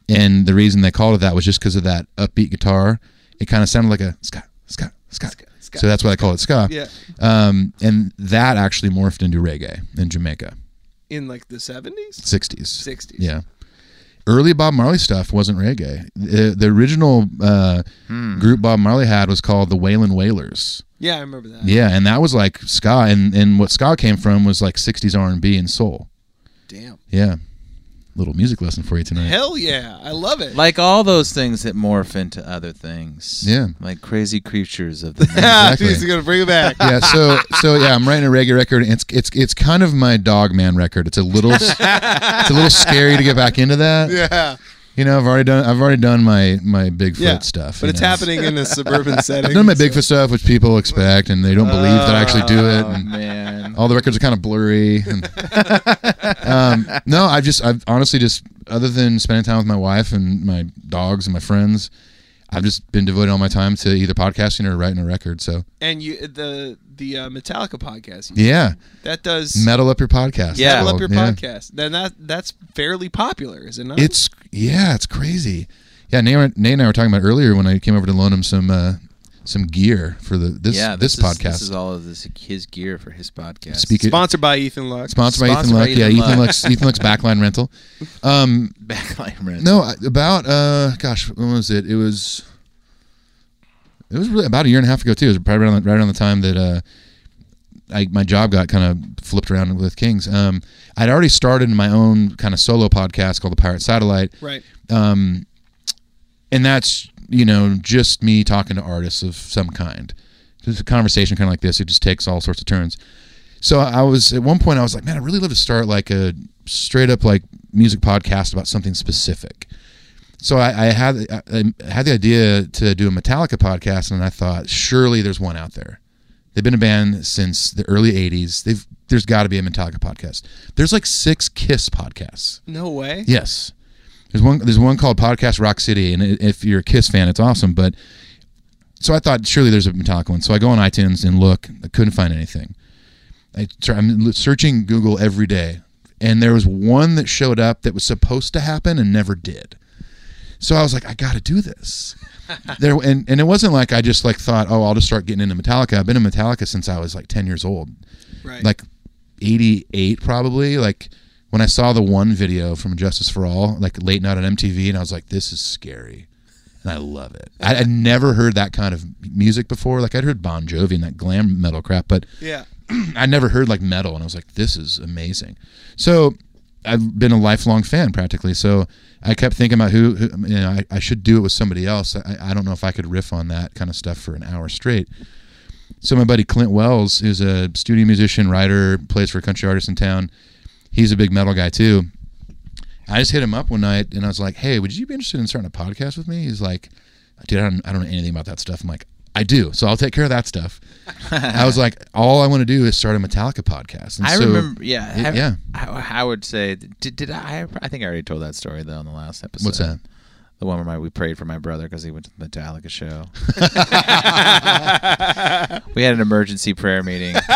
and the reason they called it that was just because of that upbeat guitar. It kind of sounded like a ska ska ska. ska, so that's why they call it ska. Yeah, Um, and that actually morphed into reggae in Jamaica, in like the seventies, 60s. sixties. Yeah. Early Bob Marley stuff wasn't reggae. The, the original uh, Hmm. group Bob Marley had was called the Waylon Wailers. yeah, I remember that. Yeah, and that was like ska, and, and what ska came from was like '60s R and B and soul. Damn. Yeah, little music lesson for *laughs* you tonight. Hell yeah, I love it. Like all those things that morph into other things. Yeah. Like crazy creatures *laughs* of the night. yeah, exactly. he's Ah, gonna bring it *laughs* back. yeah, so so yeah, I'm writing a reggae record. And it's it's it's kind of my dog man record. It's a little s- it's a little scary to get back into *laughs* that. yeah, You know, I've already done I've already done my my Bigfoot yeah. stuff. but you it's know. happening in a *laughs* suburban setting. I've done my so- Bigfoot stuff, which people expect, and they don't believe that I actually do it. Oh, And man. *laughs* all the records are kind of blurry. And, um, no, I've just, I've honestly just, other than spending time with my wife and my dogs and my friends, I've just been devoting all my time to either podcasting or writing a record. So and you the the uh, Metallica podcast. you- yeah, that does metal up your podcast. it's Yeah. metal up called. your Yeah. podcast. Then that that's fairly popular, is it not? It's yeah, it's crazy. Yeah, Nate, and- Nate and I were talking about earlier when I came over to loan him some uh, some gear for the this yeah, this, is- podcast. This is all of this his gear for his podcast. *laughs* Speak it- sponsored by Ethan Lux. Sponsored by Ethan Sponsored by Luck. Yeah, Ethan Ethan Luck. Luck's Ethan *laughs* Luck's backline rental. Um, backline rent. no, I- about uh, gosh, when was it? It was, it was really about a year and a half ago too. It was probably around right around the time that uh, I my job got kind of flipped around with Kings. Um, I'd already started my own kind of solo podcast called the Pirate Satellite, Right. um, and that's you know just me talking to artists of some kind. Just a conversation kind of like this. It just takes all sorts of turns. So I was at one point I was like, man, I really love to start like a straight up like music podcast about something specific. So I, I had I I had the idea to do a Metallica podcast, and I thought surely there's one out there. They've been a band since the early '80s. They've there's got to be a Metallica podcast. There's like six Kiss podcasts. No way. Yes. There's one. There's one called Podcast Rock City, and i- if you're a Kiss fan, it's awesome. But so I thought surely there's a Metallica one. So I go on iTunes and look. I couldn't find anything. I try, I'm l- searching Google every day, and there was one that showed up that was supposed to happen and never did. So I was like, I got to do this. there and, and it wasn't like I just like thought, oh, I'll just start getting into Metallica. I've been in Metallica since I was like 10 years old Right. like 88 probably like when i saw the one video from justice for all like late night on mtv and i was like this is scary and i love it i had never heard that kind of music before like i'd heard bon jovi and that glam metal crap but *clears throat* yeah. i never heard like metal and i was like this is amazing so i've been a lifelong fan practically so i kept thinking about who, who you know I, I should do it with somebody else I, I don't know if i could riff on that kind of stuff for an hour straight so my buddy Clint Wells, who's a studio musician, writer, plays for a country artist in town. He's a big metal guy too. I just hit him up one night and I was like, "Hey, would you be interested in starting a podcast with me?" He's like, "Dude, I don't, I don't know anything about that stuff." I'm like, I do. So I'll take care of that *laughs* stuff. I was like, all I want to do is start a Metallica podcast. And I so- remember, yeah, y- Hav- yeah. How- Howard said, "Did, did I?" I think I already told that story though in the last episode. What's that? The one where my, we prayed for my brother because he went to the *laughs* Metallica show. *laughs* we had an emergency prayer meeting. Amazing. *laughs*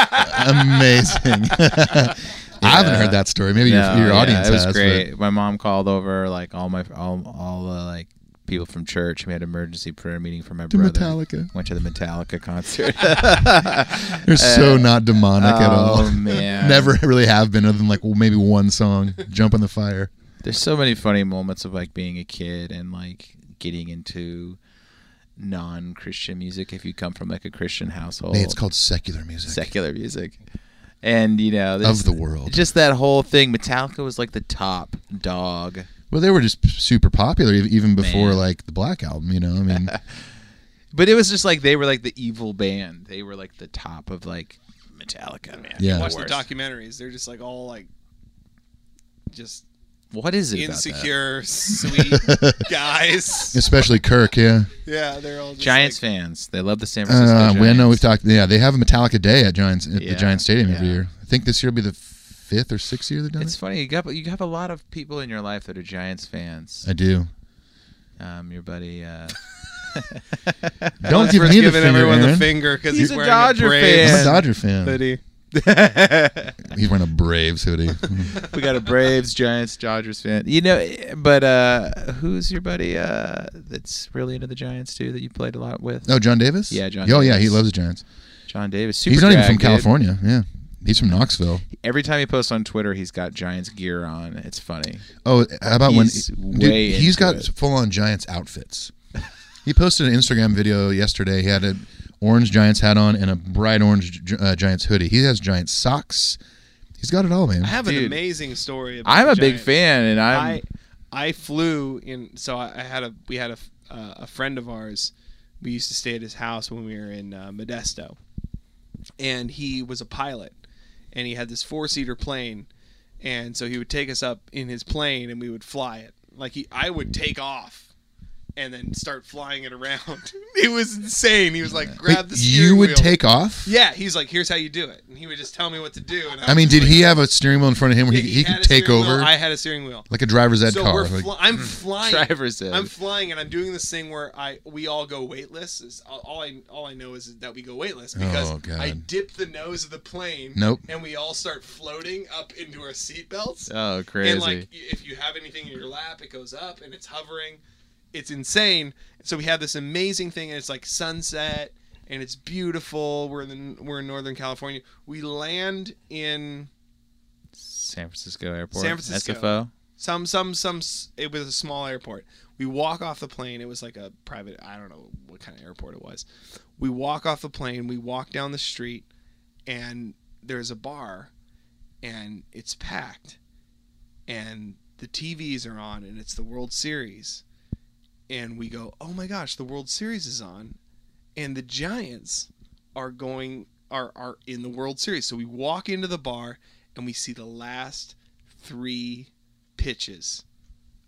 I haven't heard that story. Maybe No, your, your yeah, audience it was has. but- great. My mom called over like all my all all the like people from church. We had an emergency prayer meeting for my To brother. Metallica. Went to the *laughs* Metallica concert. *laughs* They're so not demonic at all. Uh, *laughs* Oh, man. Never really have been other than like well, maybe one *laughs* song, Jump in the Fire. There's so many funny moments of like being a kid and like getting into non-Christian music if you come from like a Christian household. Hey, it's called secular music. secular music. And you know, this- the world. Just that whole thing. Metallica was like the top dog. Well, they were just super popular ev- even before Man. like the Black Album, you know? I *laughs* mean, But it was just like they were like the evil band. They were like the top of like Metallica, man. Yeah. Watch the Worst. documentaries. They're just like all like just What is it? about that? insecure, sweet guys. *laughs* especially Kirk, yeah. Yeah, they're all just Giants like, fans. They love the San Francisco Uh, we I Giants. know we've talked. Yeah, they have a Metallica Day at Giants at Yeah, the Giants Stadium every yeah. year. I think this year will be the fifth or sixth year they've done It's it. funny. You got you have a lot of people in your life that are Giants fans. I do. Um, your buddy. Uh, *laughs* Don't give first me the giving finger, everyone Aaron. the finger because He's he's, a wearing Dodger a Braves I'm a fan. Dodger fan. hoodie. He's wearing a *laughs* Braves hoodie. *laughs* *laughs* we got a Braves, Giants, Dodgers fan. You know, but uh, who's your buddy uh, that's really into the Giants too that you played a lot with? oh, John Davis. Yeah, John Oh, yeah, he Davis. loves the Giants. John Davis. he's not even Superdrag, from dude. California. Yeah, he's from Knoxville. Every time he posts on Twitter, he's got Giants gear on. It's funny. Oh, how about He's when dude, way he's into got it. full on Giants outfits. he posted an Instagram video yesterday. He had an orange Giants hat on and a bright orange Gi- uh, Giants hoodie. He has Giants socks. He's got it all, man. I have an Dude. amazing story. About I'm the a big Giants. fan, and I'm. I I flew in. So I, I had a we had a f- uh, a friend of ours. We used to stay at his house when we were in uh, Modesto, and he was a pilot, and he had this four seater plane, and so he would take us up in his plane, and we would fly it. Like he, I would take off. And then start flying it around. *laughs* it was insane. He was like, Wait, "Grab the steering you would wheel. take off. Yeah, he's like, "Here's how you do it," and he would just tell me what to do. And I mean, did he have a steering wheel in front of him where he, he had could a take steering wheel, over I had a steering wheel. like a driver's ed so car? we're like- mm, fly- I'm flying. Driver's ed. I'm flying, and I'm doing this thing where I we all go weightless. It's- all- all I all I know is that we go weightless because Oh, God. I dip the nose of the plane. Nope. And we all start floating up into our seatbelts. oh, crazy. and like, y- if you have anything in your lap, it goes up and it's hovering. It's insane. So we have this amazing thing, and it's like sunset, and it's beautiful. We're in the, we're in Northern California. We land in San Francisco Airport. San Francisco. SFO. Some, some, some. s- It was a small airport. We walk off the plane. It was like a private. I don't know what kind of airport it was. We walk off the plane. We walk down the street, and there's a bar, and it's packed, and the TVs are on, and it's the World Series, and we go, oh my gosh, the World Series is on, and the Giants are going are are in the World Series. So we walk into the bar, and we see the last three pitches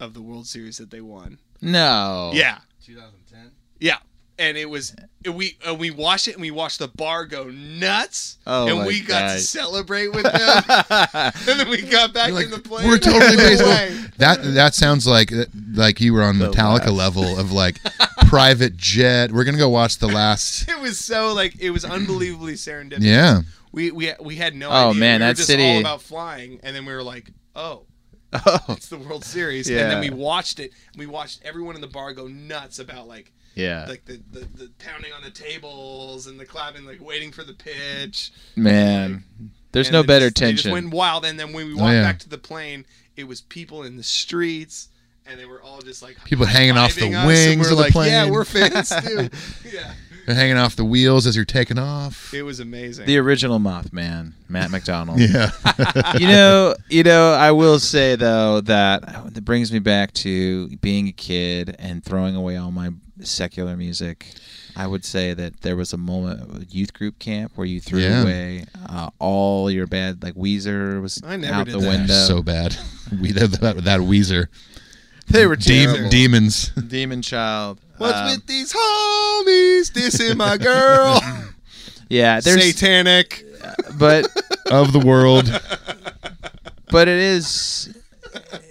of the World Series that they won. No. Yeah, 2010. yeah. And it was we uh, we watched it and we watched the bar go nuts. Oh and my we got to God. celebrate with them. *laughs* and then we got back You're like, in the plane. We're *laughs* No totally baseball. way. That that sounds like like you were on The Metallica last. level *laughs* of like private jet. We're gonna go watch the last. It was so like it was unbelievably serendipitous. Yeah, We we we had no Oh, idea. man, we were that just city- all about flying and then we were like, "Oh, *laughs* oh, it's the World Series." And Yeah. then we watched it. We watched everyone in the bar go nuts about like yeah. like the, the, the pounding on the tables and the clapping, like waiting for the pitch. Man, there's And no it better just- it just tension. went wild, and then when we Oh, walked yeah. back to the plane, it was people in the streets, and they were all just like People hanging off the high-fiving us, and wings we're of the like, Yeah, plane." we're *laughs* fans too. yeah, they're hanging off the wheels as you're taking off. it was amazing. the original Mothman, Matt *laughs* McDonald. Yeah, you know, you know, I will say though that that brings me back to being a kid and throwing away all my secular music. I would say that there was a moment at youth group camp where you threw Yeah. away uh, all your bad like Weezer was I never out did the that. window. so bad. *laughs* We that, that, that Weezer they were Dem- *laughs* terrible. demons. Demon Child. What's Um, with these homies dissing my *laughs* girl? Yeah, there's Satanic. but *laughs* of the world. but it is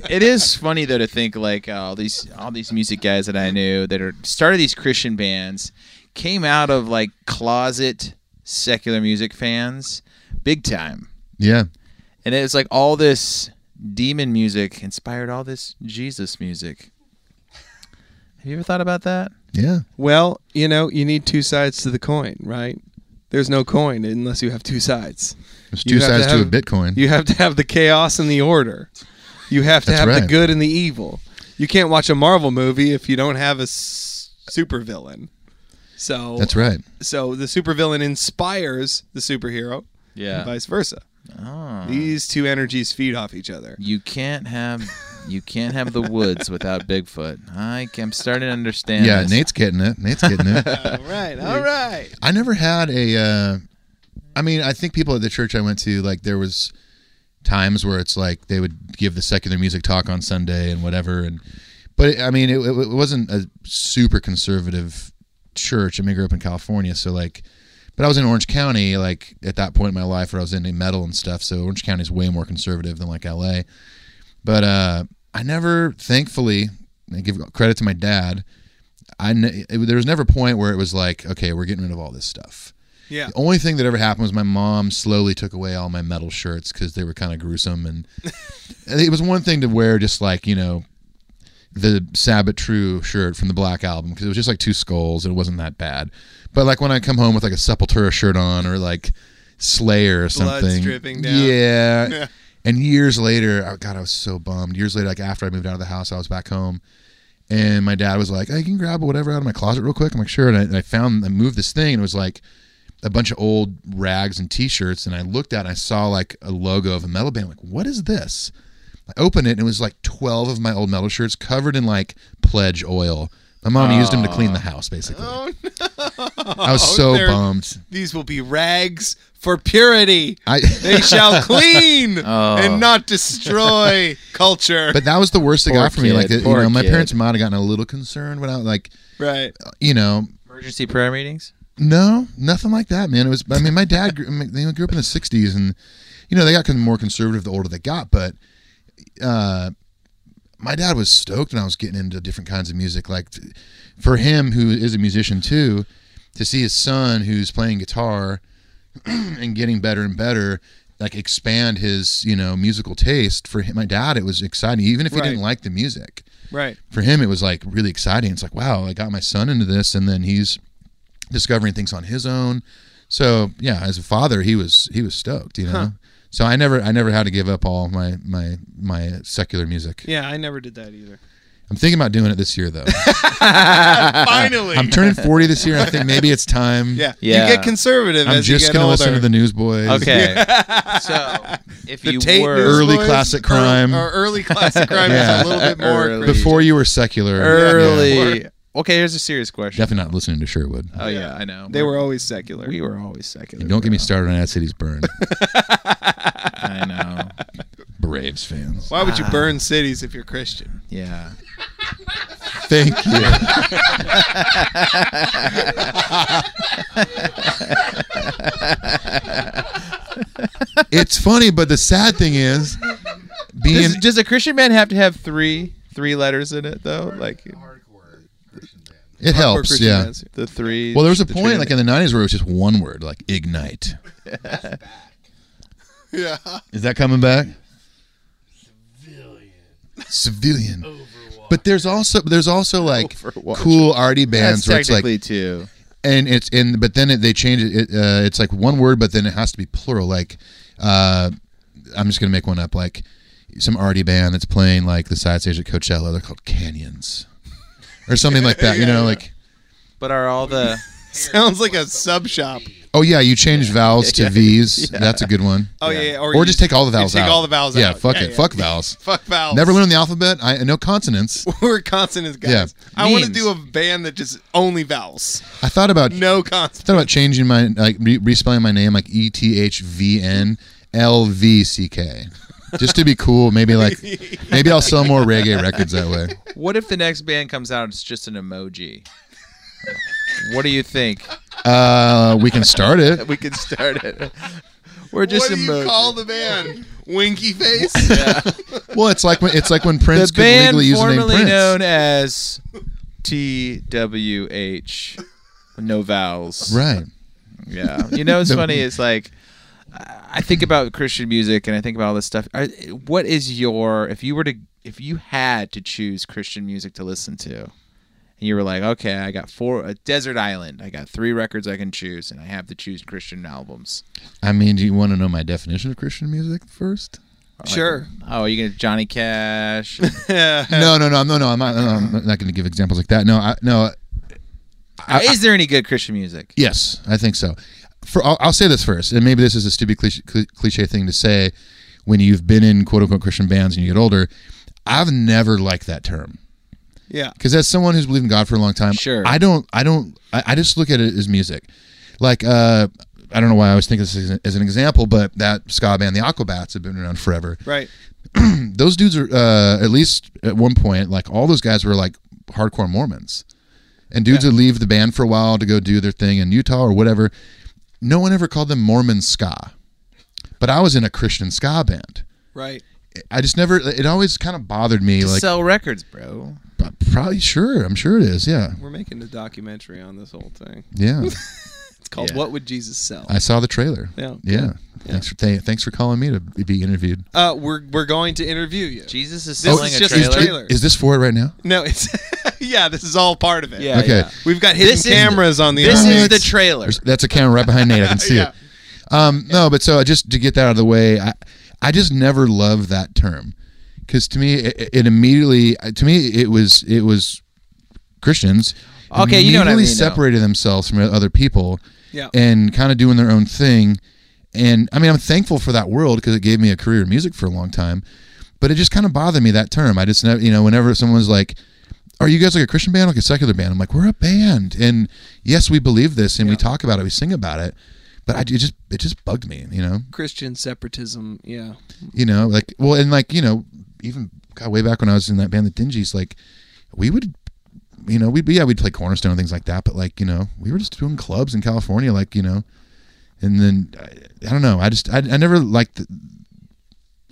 it is funny though to think like uh, all these all these music guys that I knew that are started these Christian bands came out of like closet secular music fans big time. Yeah. And it was like all this demon music inspired all this Jesus music. Have you ever thought about that? Yeah. Well, you know, you need two sides to the coin, right? There's no coin unless you have two sides. There's You two have sides to to, have- a Bitcoin. You have to have the chaos and the order. You have to That's have the right. good and the evil. You can't watch a Marvel movie if you don't have a s- supervillain. So That's right. So the supervillain inspires the superhero, and vice versa. Oh. These two energies feed off each other. You can't have you can't have the woods without Bigfoot. I am starting to understand. Yeah, this. Nate's getting it. Nate's *laughs* getting it. all right, all right. I never had a. Uh, I mean, I think people at the church I went to, like, there was times where it's like they would give the secular music talk on Sunday and whatever, and but I mean, it, it it wasn't a super conservative church. I mean, I grew up in California, so like, but I was in Orange County, like at that point in my life where I was into metal and stuff. So Orange County is way more conservative than like LA. But uh, I never, thankfully, I give credit to my dad. I ne- it, there was never a point where it was like, okay, we're getting rid of all this stuff. Yeah. The only thing that ever happened was my mom slowly took away all my metal shirts because they were kind of gruesome, and *laughs* it was one thing to wear just like you know the Sabbath True shirt from the Black Album because it was just like two skulls and it wasn't that bad. But like when I come home with like a Sepultura shirt on or like Slayer or something, dripping down. yeah. and years later, oh God, I was so bummed. Years later, like after I moved out of the house, I was back home. And my dad was like, I can grab whatever out of my closet real quick. I'm like, sure. And I, and I found, I moved this thing and it was like a bunch of old rags and t shirts. And I looked at it and I saw like a logo of a metal band. I'm like, what is this? I opened it and it was like 12 of my old metal shirts covered in like pledge oil. My mom used them to clean the house, basically. Oh, I was so they're- bummed. These will be rags for purity. I, They *laughs* shall clean Oh. and not destroy culture. but that was the worst they Poor got for me. Like, kid, you poor know, my kid. parents might have gotten a little concerned when I like, right. you know, Emergency prayer meetings. No, nothing like that, man. It was. I mean, my dad. Grew, I mean, they grew up in the '60s, and you know they got kind of more conservative the older they got. But uh, my dad was stoked when I was getting into different kinds of music. Like t- for him, who is a musician too, to see his son who's playing guitar *clears throat* and getting better and better, like expand his you know musical taste. For him, my dad, it was exciting, even if he Right. didn't like the music Right. for him it was like really exciting it's like wow i got my son into this and then he's discovering things on his own so yeah as a father he was he was stoked you know Huh. so i never i never had to give up all my my my secular music Yeah, I never did that either. i'm thinking about doing it this *laughs* year though Finally. i'm turning 40 this year i think maybe it's *laughs* time yeah. Yeah. You get conservative i'm as you just get gonna older. listen to the newsboys Okay. *laughs* *laughs* so if The you Tate were Newsboys Early classic or- crime. Or, early classic crime Yeah. is a little bit more. Early. crazy. *laughs* before you were secular early, Yeah. okay, here's a serious question. definitely not listening to sherwood Uh, Oh yeah, I know. They were always secular. we were always second. don't get me started on ad cities *laughs* burn I know. braves fans Why would you burn cities if you're Christian? *laughs* Yeah. *laughs* thank you it's funny, but the sad thing is being Does, does a Christian band have to have three three letters in it though? Like it Hardcore helps. Christian Yeah. bands. the three. Well, there was a the point like Trinity. in the '90s where it was just one word, like ignite. Yeah. Is that coming back? Civilian. Civilian. But there's also there's also like Overwatch. cool arty bands That's where it's like technically two. and it's in but then it, they change it, it uh, it's like one word but then it has to be plural like uh, i'm just gonna make one up like some arty band that's playing like the side stage at coachella they're called canyons or something *laughs* like that you know like But are *laughs* all the Sounds like a sub shop. oh yeah you change vowels *laughs* to v's that's a good one Oh yeah. yeah, or, just you- take all the you vowels take out all the vowels yeah out. fuck Yeah, it yeah. fuck vowels fuck vowels. never learn the alphabet i no consonants *laughs* We're consonants guys. Yeah. I want to Memes. do a band that just only vowels, i thought about no consonants. thought about changing my like re- respelling my name like E T H V N L V C K. just to be cool. Maybe like maybe I'll sell more reggae records that way. What if the next band comes out? and It's just an emoji. what do you think? Uh, we can start it. We can start it. *laughs* We're just what do emoji. you call the band? Winky face. Well, it's like when it's like when the Prince could band legally use the name formerly Prince. known as TWH, no vowels. Right. Yeah. You *laughs* know, it's No. funny. It's like I I think about Christian music and I think about all this stuff. Are- What is your if you were to if you had to choose Christian music to listen to? And you were like, okay, I got four a desert island. I got three records I can choose, and I have to choose Christian albums. I mean, do you want to know my definition of Christian music first? Sure. Oh, are you gonna Johnny Cash? No, no, no, no, no. I'm not. no, I'm not going to give examples like that. No, I, no. I- is there any good Christian music? Yes, I think so. For I'll, I'll say this first, and maybe this is a stupid cliche, cli- cliche thing to say when you've been in quote unquote Christian bands and you get older. I've never liked that term yeah. because as someone who's believed in God for a long time, Sure. I don't, I don't, I, I just look at it as music. Like, uh, I don't know why I always think of this as an, as an example, but that ska band, the Aquabats, have been around forever. Right. Those dudes are, uh, at least at one point, like all those guys were like hardcore Mormons, and dudes would leave the band for a while to go do their thing in Utah or whatever. No one ever called them Mormon ska, but I was in a Christian ska band. Right. I just never. It always kind of bothered me. To like, uh, sell records, bro. probably sure. I'm sure it is. Yeah, We're making a documentary on this whole thing. yeah. It's called Yeah. "What Would Jesus Sell." I saw the trailer. Yeah. Yeah. Thanks for th- thanks for calling me to be interviewed. Uh, we're we're going to interview you. Jesus is This selling is a just- trailer. Is, is this for it right now? No, it's *laughs* yeah. This is all part of it. Yeah, okay. yeah. We've got hidden This is- cameras on the. This Yeah. is internet. the trailer. There's- that's a camera right behind Nate. I can *laughs* see Yeah. it. Um, no, but so just to get that out of the way, I I just never loved that term because to me it, it immediately to me it was it was Christians. Okay, you know what I immediately mean, though. Separated themselves from other people. Yeah. and kind of doing their own thing. And I mean, I'm thankful for that world because it gave me a career in music for a long time. But it just kind of bothered me that term. I just never, you know, whenever someone's like, "Are you guys like a Christian band, or like a secular band?" I'm like, "We're a band, and yes, we believe this, and we talk about it, we sing about it." But I it just it just bugged me, you know, Christian separatism. Yeah. you know, like well, and like you know, even God, way back when I was in that band, the Dingies, like we would. You know, we'd be, yeah, we'd play Cornerstone and things like that, but like, you know, we were just doing clubs in California, like, you know, and then I, I don't know. I just I, I never liked. The,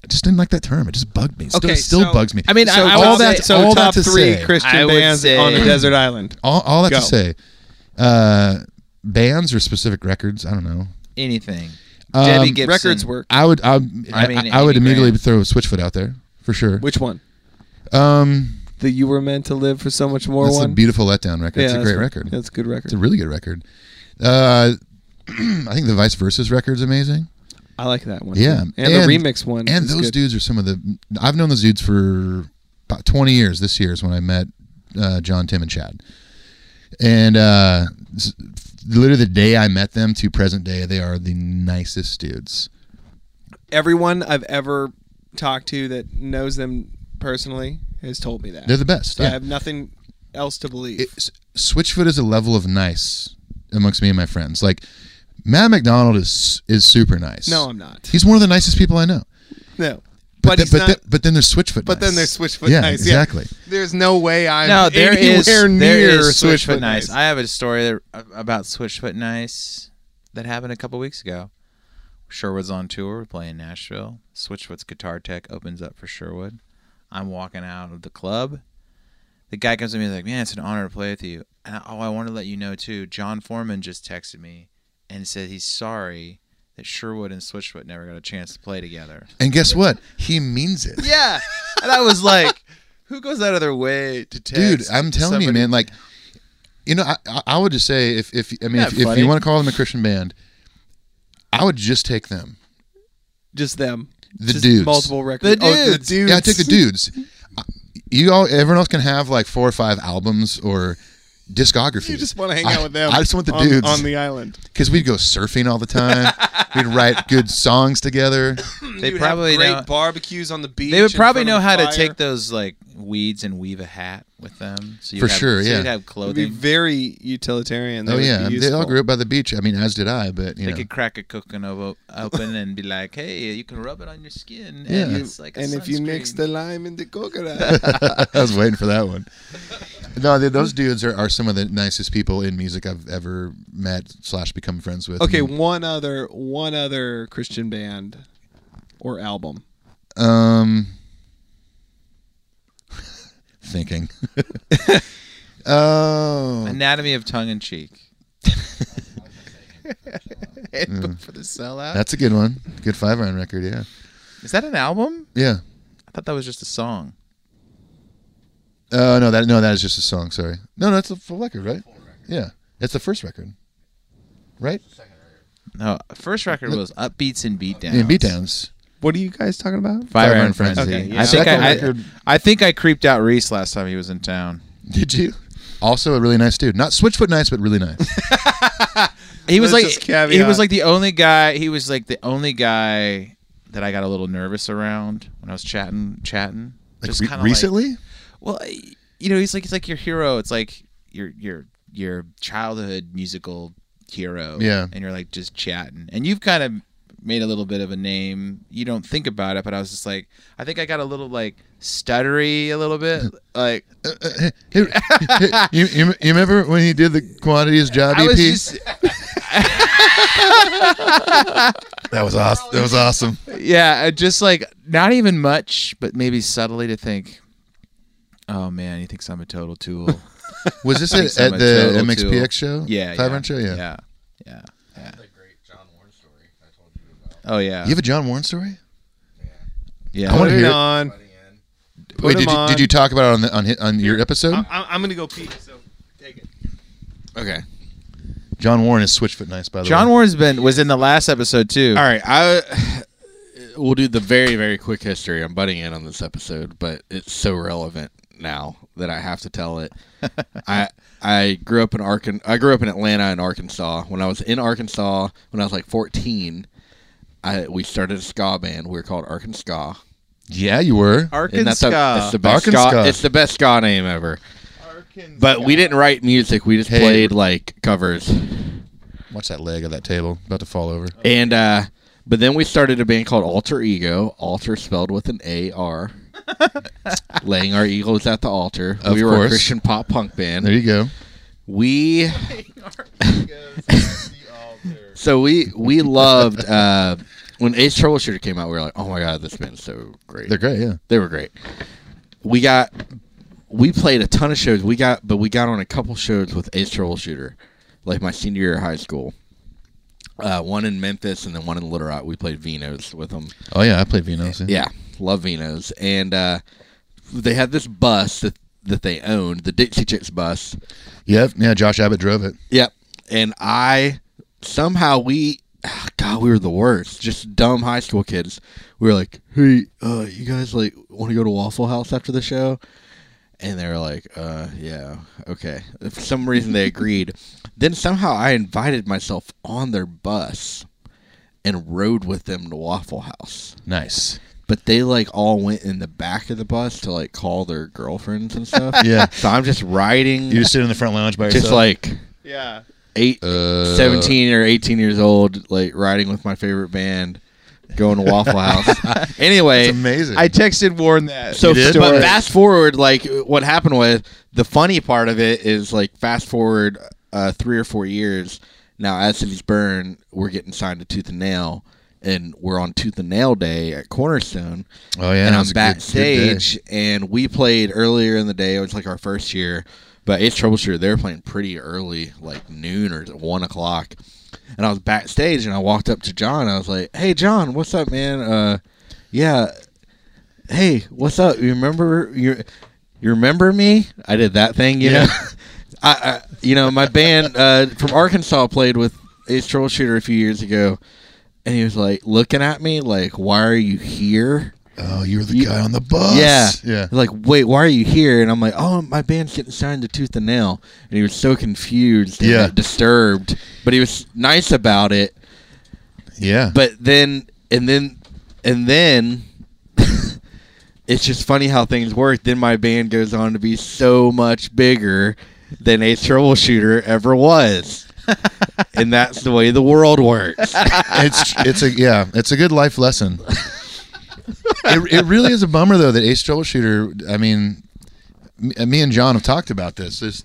I just didn't like that term. It just bugged me. Still, Okay, it still so- bugs me. I mean, I- so I would all say- that. So all top that to three say- I Christian would bands say- on a desert island. all, all that Go. to say, uh, bands or specific records. I don't know. Anything. Um, Debbie Gibson. Records work. I would I, I, I mean, I would Andy immediately Graham. throw Switchfoot out there for sure. Which one? Um, The "You Were Meant to Live for So Much More" that's one. a beautiful letdown record. yeah, it's a that's great one. record. That's a good record. It's a really good record. Uh, *clears throat* I think the Vice Versus record's amazing. I like that one. Yeah, too. and, the remix one. And is those good. dudes are some of the I've known those dudes for about twenty years. This year is when I met uh, John, Tim, and Chad. And uh, s- literally the day I met them to present day, they are the nicest dudes. Everyone I've ever talked to that knows them personally has told me that. They're the best. so I Yeah. have nothing else to believe. It- S- Switchfoot is a level of nice amongst me and my friends. Like Matt McDonald is is super nice. no, I'm not. he's one of the nicest people I know. no, But but, th- he's but, not. th- but then there's Switchfoot. but then there's nice. Switchfoot Yeah, Nice. yeah. exactly. There's no way I'm No, there anywhere is near there is Switchfoot Switchfoot Nice. I have a story that, uh, about Switchfoot Nice that happened a couple weeks ago. Sherwood's on tour. We're playing Nashville. Switchfoot's guitar tech opens up for Sherwood. I'm walking out of the club. The guy comes to me he's like, "Man, it's an honor to play with you." And I, oh, I want to let you know too. John Foreman just texted me and said he's sorry that Sherwood and Switchfoot never got a chance to play together. And guess what? He means it. Yeah, and I was like, *laughs* "Who goes out of their way to text?" dude i'm telling you somebody- man like you know i, I- I would just say if, if i mean Isn't if, that if funny? you want to call them a christian band i would just take them just them. the Just dudes Multiple records. The Oh, dudes. yeah i take the dudes I- you all everyone else can have like four or five albums or discography You just want to hang out with them. i, I just want the on- dudes on the island. because we'd go surfing all the time we'd write good songs together *laughs* They probably great know- barbecues on the beach. They would in probably front know of a how to fire. take those like weeds and weave a hat with them. So you For have, sure, so yeah. You'd have would be clothing. very utilitarian. That oh would yeah, be they all useful. grew up by the beach. I mean, as did I. But you they know, could crack a coconut o- open and be like, "Hey, you can rub it on your skin." Yeah. and You- it's like a And if you mix sunscreen." the lime and the *laughs* coconut, *laughs* I was waiting for that one. No, th those dudes are, are some of the nicest people in music I've ever met slash become friends with. okay. And, One other, one other Christian band or album. um, *laughs* thinking. oh, Anatomy of tongue and *laughs* cheek. Handbook for the sellout. that's a good one. Good five iron record. Yeah, Is that an album? yeah. I thought that was just a song. Oh no, that no, that is just a song. Sorry. No, no, that's the full record, right? Yeah, it's the first record, right? No, first record was Upbeats and Beatdowns. In beatdowns. What are you guys talking about? Fire, Fire and and Frenzy. Okay, Frenzy. I yeah. think Second I, I, record- I think I creeped out Reese last time he was in town. Did you? Also, a really nice dude. Not switchfoot nice, but really nice. He was Let's like just caveat. he was like the only guy. He was like the only guy that I got a little nervous around when I was chatting chatting. Like Just re- kinda recently. Well, I- you know, he's like he's like your hero. It's like your your your childhood musical hero. Yeah. And you're like just chatting, and you've kind of made a little bit of a name. You don't think about it, but I was just like, I think I got a little like stuttery a little bit. *laughs* Like Uh, uh, hey, hey, hey, you, you, you remember when he did the quantities job E I EP? was just that was awesome. That was awesome. yeah, I just like not even much, but maybe subtly to think. Oh man, he thinks I'm a total tool. Was this Thanks at, so at much, the Total Tool. MXPX show? *laughs* yeah, Five yeah, Run show. Yeah. yeah, yeah, yeah. The great John Warren story I told you about. Oh yeah, You have a John Warren story? yeah. I Put wanna it hear it. on. Buddy Ann. Put Wait, did 'em you, on. did you talk about it on the, on, hi- on your episode? I'm, I'm I'm gonna go pee. So take it. Okay. John Warren is Switchfoot Nice, by the John way. Warren's been was in the last episode too. All right. I we'll do the very very quick history. I'm butting in on this episode, but it's so relevant now that I have to *laughs* tell it. I I grew up in Arkan. I grew up in Atlanta and Arkansas. When I was in Arkansas, when I was like 14, I we started a ska band. We were called Arkansas. Yeah, you were. And that's a, it's the best Arkansas. ska, it's the best ska name ever. But we didn't write music. We just Hey. played like covers. Watch that leg of that table about to fall over. And uh but then we started a band called Alter Ego. Alter spelled with an A *laughs* R. Laying our egos at the altar. Of we were course. a Christian pop punk band. There you go. we *laughs* So we we loved uh when Ace Troubleshooter came out, we were like, Oh my god, this band's so great. They're great. Yeah. They were great. We got we played a ton of shows. We got but we got on a couple shows with Ace Troubleshooter, like my senior year of high school. Uh, one in Memphis and then one in Little Rock. We played Vinos with them. Oh yeah, I played Vino's. Yeah, love Vinos. And uh, they had this bus that that they owned, the Dixie Chicks bus. Yep. Yeah. Josh Abbott drove it. Yep. And I somehow we ah, God, we were the worst. Just dumb high school kids. We were like, Hey, uh, you guys like wanna go to Waffle House after the show? And they were like, uh, yeah, okay. For some reason they *laughs* agreed. then somehow I invited myself on their bus and rode with them to Waffle House Nice. but they like all went in the back of the bus to like call their girlfriends and stuff. *laughs* Yeah. So I'm just riding, You just sit in the front lounge by yourself. just like Yeah. eight, Uh, 17 or 18 years old, like riding with my favorite band, going to *laughs* Waffle House. anyway, It's amazing. I texted Warren that. so You did? but Story. fast forward, like what happened was the funny part of it is like fast forward uh, three or four years now. As cities burn, we're getting signed to Tooth and Nail, and we're on Tooth and Nail Day at Cornerstone oh yeah. and it I'm was a good- good day. backstage, and we played earlier in the day. It was like our first year, but Ace Troubleshooter they were playing pretty early, like noon or one o'clock. And I was backstage, and I walked up to John. I was like, "Hey, John, what's up, man? Uh, yeah, hey, what's up? You remember you, you remember me? I did that thing, you Yeah. know. *laughs* I, I, you know, my band uh, from Arkansas played with Ace Troubleshooter a few years ago." And he was like looking at me like, "Why are you here?" Oh, you were the You- guy on the bus. Yeah. Yeah. Like, wait, why are you here? And I'm like, oh, my band's getting signed to Tooth and Nail. And he was so confused and Yeah. like, disturbed, but he was nice about it. Yeah. But then, and then, and then, *laughs* it's just funny how things work. Then my band goes on to be so much bigger than a troubleshooter *laughs* ever was. and that's the way the *laughs* world works. *laughs* it's it's a yeah, it's a good life *laughs* lesson. it, it really is a bummer though that Ace Troubleshooter. I mean, m- me and John have talked about this. This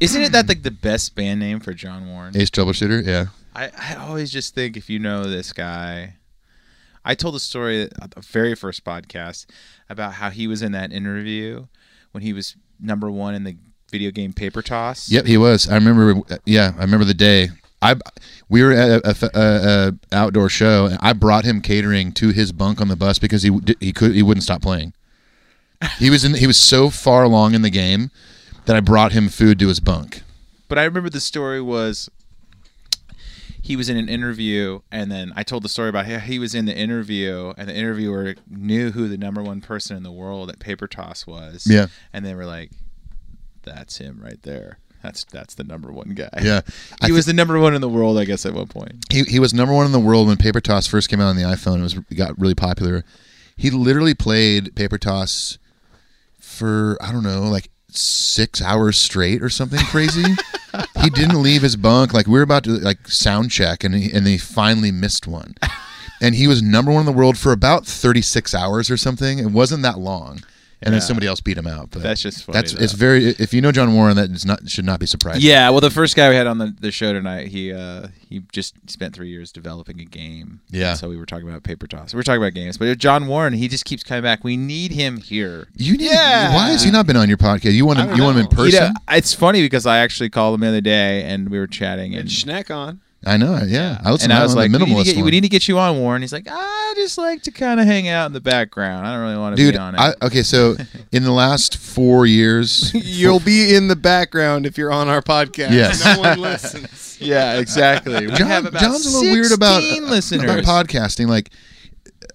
Isn't it that like the best band name for John Warren? Ace Troubleshooter, yeah. I, I always just think if you know this guy, I told a story at the very first podcast about how he was in that interview when he was number one in the video game paper toss. Yep, he was. I remember. Yeah, I remember the day. I we were at a, a, a, a outdoor show, and I brought him catering to his bunk on the bus because he d- he could he wouldn't stop playing. He was in. He was so far along in the game that I brought him food to his bunk. But I remember the story was he was in an interview, and then I told the story about how he was in the interview, and the interviewer knew who the number one person in the world at paper toss was. Yeah. and they were like, "That's him right there. That's that's the number one guy." Yeah, *laughs* he was the number one in the world, I guess, at one point. he, he was number one in the world when Paper Toss first came out on the iPhone. It was it got really popular. He literally played Paper Toss for I don't know, like six hours straight or something *laughs* crazy. he didn't leave his bunk. Like we were about to like sound check, and he, and they finally missed *laughs* one. And he was number one in the world for about thirty six hours or something. It wasn't that long. And then Yeah. somebody else beat him out. But That's just funny. that's though. it's very. If you know John Warren, that is not should not be surprising. yeah. Well, the first guy we had on the, the show tonight, he uh, he just spent three years developing a game. Yeah. So we were talking about paper toss. We were talking about games, but John Warren, he just keeps coming back. We need him here. You need. Yeah. Why has he not been on your podcast? You want I him? don't You want him in know. person? You know, it's funny because I actually called him the other day and we were chatting And and, Schneck on. I know. Yeah, I was, and I was like, the we, need minimalist to get, you- one. we need to get you on, Warren. He's like, I just like to kind of hang out in the background. I don't really want to Dude, be on it. I, okay, *laughs* so in the last four years, *laughs* You'll be in the background if you're on our podcast. Yes. No *laughs* one listens. yeah, exactly. We John, have about John's a little weird about, uh, 16 about listeners. podcasting. Like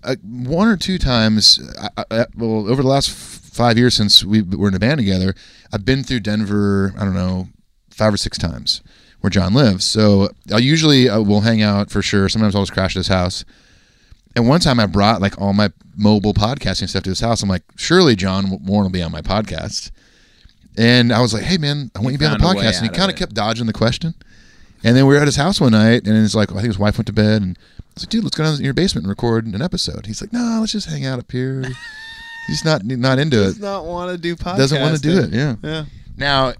uh, one or two times, I, I, well, over the last f- five years since we were in a band together, I've been through Denver. I don't know, five or six times where John lives. So I usually uh, will hang out for sure. Sometimes I'll just crash at his house. And one time I brought like all my mobile podcasting stuff to his house. I'm like, surely John Warren will be on my podcast. And I was like, hey, man, I want you to be on the found a way podcast. And he out of kind of it. kept dodging the question. And then we were at his house one night, and it's like, I think his wife went to bed. And I was like, dude, let's go down in your basement and record an episode. He's like, no, let's just hang out up here. *laughs* He's not not into it. Does not want to do podcast. Doesn't want to do it. Yeah. Yeah. Now,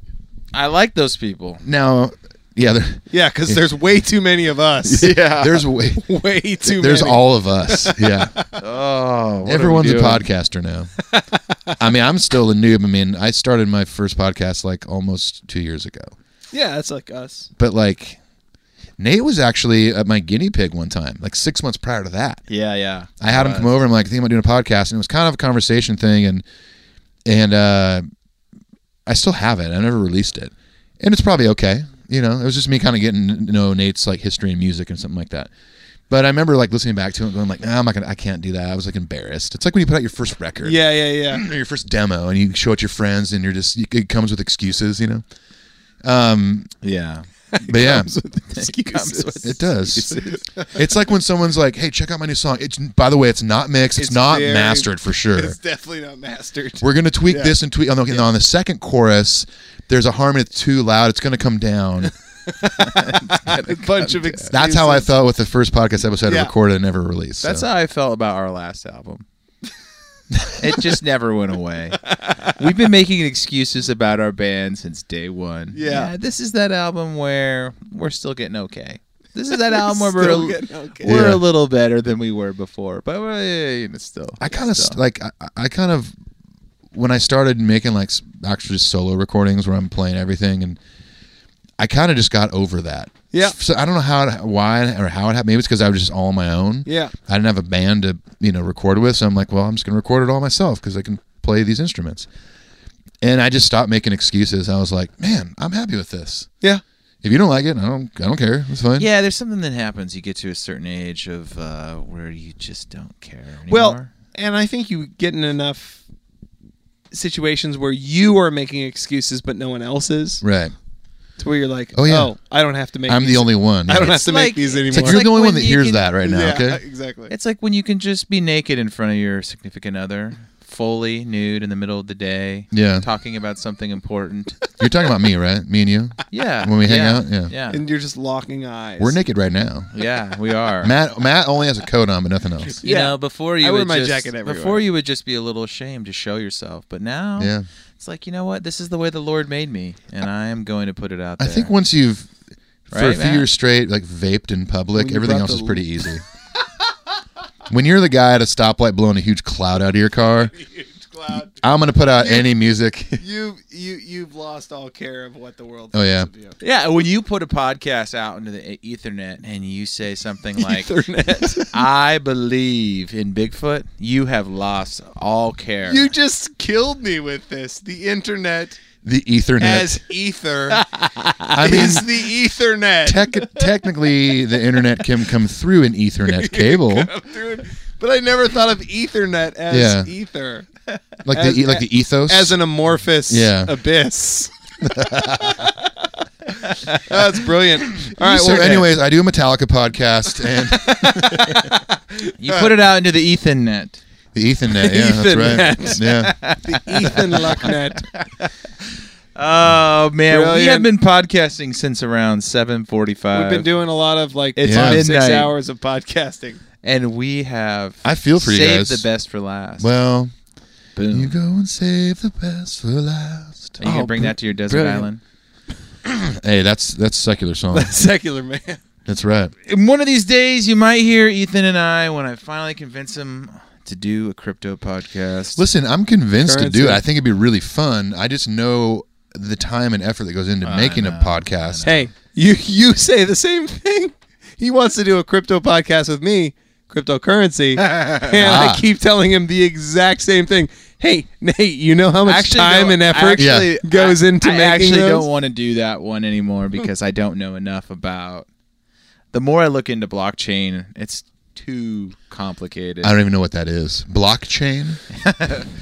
I like *laughs* those people. now, yeah, there, Yeah, because there's way too many of *laughs* us. there's way, *laughs* way too there's many. all of us. Yeah. *laughs* Oh, Everyone's a podcaster now. I mean, I'm still a noob. I mean, I started my first podcast like almost two years ago. yeah, that's like us. But like, Nate was actually at my guinea pig one time, like six months prior to that. Yeah, yeah. I had him Uh, come over. I'm like, I think I'm doing a podcast, and it was kind of a conversation thing, and and uh, I still have it. I never released it, and it's probably okay. You know, it was just me kind of getting to know Nate's like history and music and something like that. But I remember like listening back to it, and going like, nah, I'm not gonna, I can't do that. I was like embarrassed. It's like when you put out your first record, Yeah, yeah, yeah. or *clears throat* your first demo, and you show it to your friends, and you're just it comes with excuses, you know. Um, *laughs* Yeah. but yeah, Excuses. *laughs* it does. *laughs* it's like when someone's like, "Hey, check out my new song." It's by the way, it's not mixed. It's, It's not very- mastered for sure. It's definitely not mastered. *laughs* We're gonna tweak Yeah. this and tweak. Oh, no, okay, On the second chorus, there's a harmony that's too loud. It's gonna *laughs* come down. a bunch of excuses. That's how I felt with the first podcast episode I Yeah. recorded and never released. That's so. how I felt about our last album. it just never went away. We've been making excuses about our band since day one. Yeah. this is that album where we're still getting okay. This *laughs* is that album where we're, Still a, getting okay. we're Yeah. a little better than we were before, but we're yeah, you know, still. I kind of still. like I, I kind of when I started making like s- actually just solo recordings where I'm playing everything and I kind of just got over that. Yeah. So I don't know how it, why or how it happened. Maybe it's because I was just all on my own. Yeah. I didn't have a band to you know record with, so I'm like, well, I'm just gonna record it all myself because I can play these instruments. And I just stopped making excuses. I was like, man, I'm happy with this. Yeah. If you don't like it, I don't. I don't care. It's fine. yeah, there's something that happens. You get to a certain age of uh, where you just don't care anymore. Well, and I think you get in enough situations where you are making excuses, but no one else is. Right. To where you're like, Oh, oh, yeah. I don't have to make. I'm the these- only one. I don't have It's to like- make these It's anymore. like you're the like only one when that you hears can- that right now. yeah, Okay. *laughs* exactly. It's like when you can just be naked in front of your significant other fully nude in the middle of the day, Yeah. talking about *laughs* something important. You're talking about me, right? Me *laughs* and you. yeah, When we hang yeah, out, yeah. yeah, and you're just locking eyes. We're naked right now. *laughs* yeah, we are. Matt Matt only has a coat on, but nothing else. you Yeah. know, before you I wear would my just, jacket everywhere. before you would just be a little ashamed to show yourself, but Oh. now Yeah. it's like you know what? This is the way the Lord made me, and I am going to put it out I there. think once you've for a Right, few Matt? years straight, like vaped in public, When you everything brought else the- is *laughs* pretty easy. when you're the guy at a stoplight blowing a huge cloud out of your car, *laughs* Huge cloud. I'm gonna put out any music. *laughs* You you you've lost all care of what the world. Oh, thinks of yeah. you. *laughs* yeah, when you put a podcast out into the e-, Ethernet and you *laughs* say something like, Ethernet. "I believe in Bigfoot," you have lost all *laughs* care. You just killed me with this. The internet The Ethernet. as ether I mean, is the ethernet. *laughs* tech, technically, the internet can come through *laughs* an Ethernet cable, but I never thought of ethernet as Yeah. ether like As- the e- like the ethos. as an amorphous Yeah. *laughs* abyss. *laughs* That's brilliant. All right. so, well, anyways, I do a Metallica podcast and You put it out into the Ethernet. the Ethernet. Yeah, that's right. Yeah, Ethan Lucknet. Oh man, we Brilliant. have been podcasting since around seven We've forty-five, been doing a lot of like Uh, It's five six midnight. hours of podcasting. and we have. I feel for you guys. saved the best for last. Well, Boom. you go and save the best for last. Are you Oh, gonna bring that to your desert brilliant. island? Hey, that's that's secular *laughs* song. Secular man. That's right. And one of these days, you might hear Ethan and I when I finally convince him to do a crypto podcast. Listen, I'm convinced to do it. Currency. I think it'd be really fun. I just know the time and effort that goes into I making know, a podcast. Hey, you you say the same thing. He wants to do a crypto podcast with me, cryptocurrency, and I keep telling him the exact same thing. Hey, Nate, you know how much Actually, time no, and I effort actually- goes into I making actually those? don't want to do that one anymore because I don't know enough about. The more I look into blockchain, it's too complicated. I don't even know what that is. Blockchain?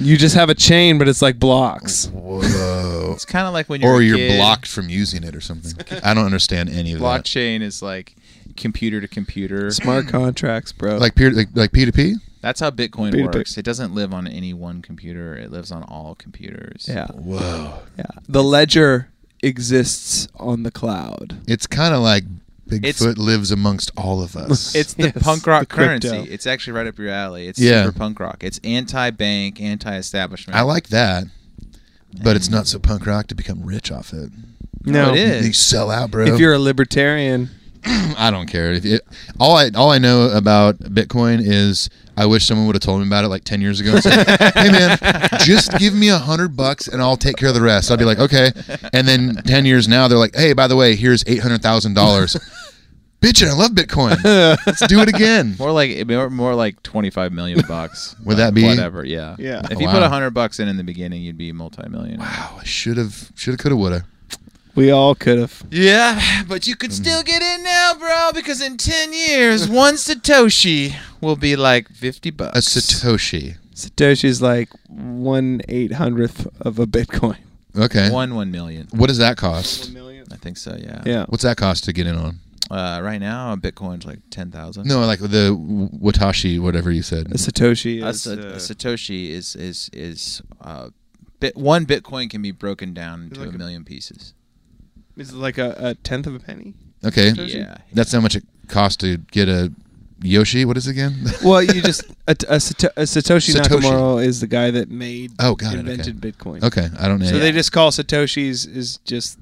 *laughs* you just have a chain, but it's like blocks. Whoa. It's kind of like when *laughs* you're or a you're kid, blocked from using it or something. I don't understand any of that. Blockchain is like computer to computer. Smart contracts, bro. Like peer like, like P2P? That's how Bitcoin Peer-to-peer. works. It doesn't live on any one computer. It lives on all computers. yeah, Whoa. yeah. The ledger exists on the cloud. It's kind of like Bigfoot It's- lives amongst all of us. *laughs* It's the *laughs* Yes, punk rock the crypto. currency. It's actually right up your alley. It's Yeah. super punk rock. It's anti-bank, anti-establishment. I like that. But it's not so punk rock to become rich off it. No, it is. You sell out, bro. if you're a libertarian, *clears throat* I don't care. If it, all I all I know about Bitcoin is I wish someone would have told me about it like ten years ago. And *laughs* said, hey man, just give me a hundred bucks and I'll take care of the rest. I'd be like, okay. And then ten years now, they're like, hey, by the way, here's eight hundred thousand *laughs* dollars. Bitchin', I love Bitcoin. Let's do it again. *laughs* more like more, more like twenty-five million bucks. *laughs* Would Like, that be- whatever? Yeah. Yeah. If Oh, you put wow. a hundred bucks in in the beginning, you'd be multi-millionaire. Wow, should have, should have, could have, would have. we all could have. Yeah, but you could Mm-hmm. still get in now, bro, because in *laughs* ten years, one satoshi will be like fifty bucks. A Satoshi. Satoshi's like one eight hundredth of a Bitcoin. Okay. One one million. What does that cost? million. *laughs* I think so. Yeah. Yeah. What's that cost to get in on? Uh, right now, Bitcoin's like ten thousand. No, like the Watashi, whatever you said. A Satoshi a, is sa- a uh, satoshi is is is uh, bit, one bitcoin can be broken down into like a a- million pieces. is it like a, a tenth of a penny. Okay. Yeah, That's how much it costs to get a Yoshi. What is it again? *laughs* Well, you just a, a, Sato- a Satoshi, Satoshi. Nakamoto is the guy that made Oh, got it, invented Bitcoin. *laughs* okay, I don't know. So they just call Satoshi's is just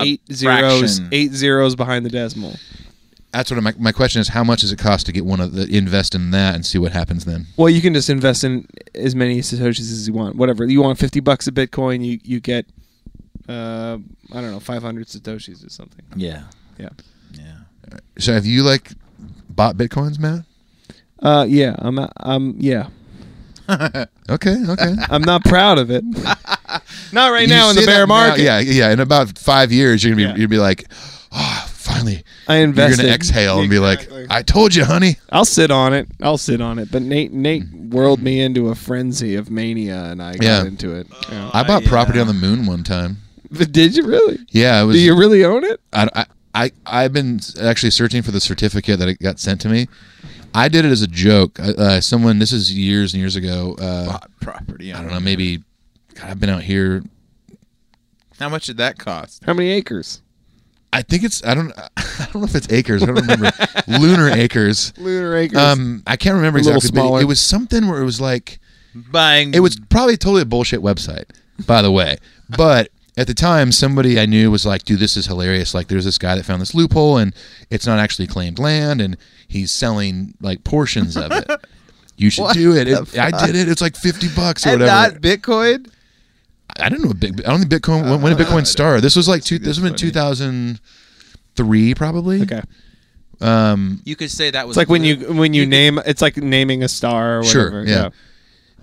A eight zeros, fraction. eight zeros behind the decimal. That's what my my question is. How much does it cost to get one of the invest in that and see what happens then? Well, you can just invest in as many Satoshis as you want. Whatever you want, fifty bucks of Bitcoin, you you get. Uh, I don't know, five hundred satoshis or something. yeah, Yeah. yeah. So have you like bought bitcoins, Matt? Uh, yeah, I'm, I'm, yeah, Okay, *laughs* okay. I'm not proud of it. not right You now in the say bear that now- market. yeah, yeah. In about five years, you're gonna Yeah. be you'd be like, oh, finally. I invested. You're gonna exhale and be like, Exactly. I told you, honey. I'll sit on it. I'll sit on it. But Nate, Nate whirled me into a frenzy of mania, and I Yeah. Uh, got into it. Yeah. I bought yeah. property on the moon one time. But did you really? Yeah, it was. Do you really own it? I, I, I, I've been actually searching for the certificate that it got sent to me. I did it as a joke. Uh, Uh, someone, this is years and years ago. Uh, Bought *laughs* property. I don't know, maybe God, I've been out here. How much did that cost? How many acres? I think it's I don't *laughs* I don't know if it's acres. I don't *laughs* remember lunar acres. Lunar acres. *laughs* Um, I can't remember A little exactly. But smaller. it was something where it was like Buying. it was probably totally a bullshit website, by the *laughs* way. But at the time, somebody I knew was like, "Dude, this is hilarious! Like, there's this guy that found this loophole, and it's not actually claimed land, and he's selling like portions of *laughs* it. You should do it." It- I did it. It's like fifty bucks or and whatever. not Bitcoin. Uh, I don't know. What big, I don't think Bitcoin. when- when did Bitcoin start? This was like two, this was in funny. two thousand three, probably. okay. You could say that was It's like when you when you name it's like naming a star or Sure, whatever. yeah.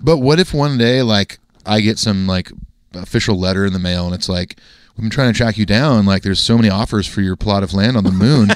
But what if one day, like, I get some like official letter in the mail, and it's like, "We've been trying to track you down. Like, there's so many offers for your plot of land on the moon."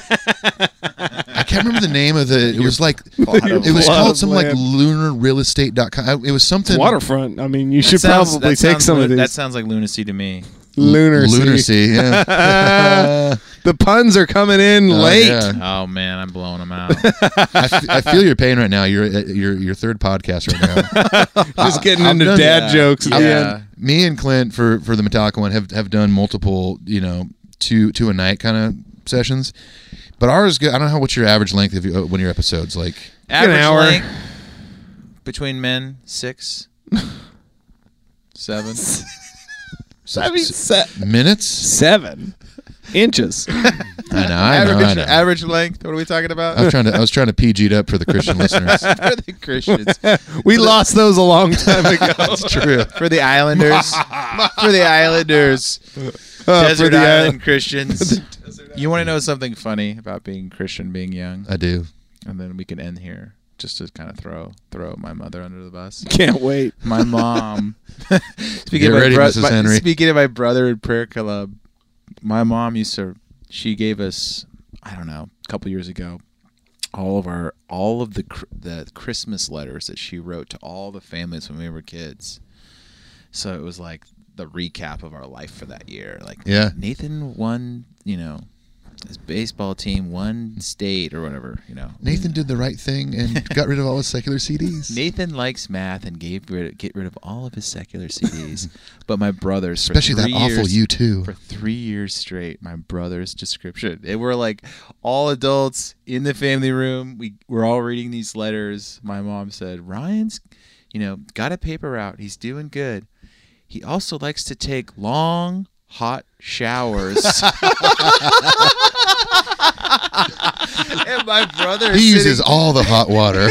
I can't remember the name of the. It was like it *laughs* was plot called of some like land. lunarrealestate.com. It was something Waterfront. I mean, you That should sounds- probably that take sounds some lu- of these. That sounds like lunacy *laughs* to me. lunar, lunar sea. *laughs* sea. Yeah. The puns are coming in Oh, late. yeah. Oh man, I'm blowing *laughs* them out. I, f- I feel your pain right now. You're at your your third podcast right *laughs* now. Just getting I've into done dad that. jokes at the Yeah. end. me and Clint for for the Metallica one have have done multiple, you know, two two a night kind of sessions. But ours, go- I don't know how what's your average length of your, when your episodes like. Average hour. length between men six, *laughs* seven. s- I mean, s- se- *laughs* minutes. seven inches. I know. I know. I average, know. average length. What are we talking I about? was trying to I was trying to PG it up for the *laughs* Christian listeners. For *laughs* the Christians, we lost those a long time ago. *laughs* That's true. for the *laughs* Islanders, for the Islanders, *laughs* Uh, for *laughs* desert the island island. Christians. You want to know something funny about being Christian, being young, I *laughs* do. and then we can end here just to kind of throw throw my mother under the bus. Can't wait. my mom. *laughs* speaking Get of my ready, bro- Mrs. my- Henry. speaking of my brother in prayer club, my mom used to. She gave us, I don't know, a couple years ago, all of our all of the cr- the Christmas letters that she wrote to all the families when we were kids. So it was like the recap of our life for that year. Like Yeah. Nathan won, you know, his baseball team won state or whatever, you know. Nathan did the right thing and got rid of all his secular CDs. Nathan likes math and gave rid get rid of all of his secular *laughs* CDs, but my brothers, for Especially that three awful years, you too. for three years straight. My brother's description. They were like all adults in the family room. We were all reading these letters. My mom said, "Ryan's, you know, got a paper out. He's doing good. He also likes to take long." Hot *laughs* showers. *laughs* and my brother He sitting- uses all the hot *laughs* water.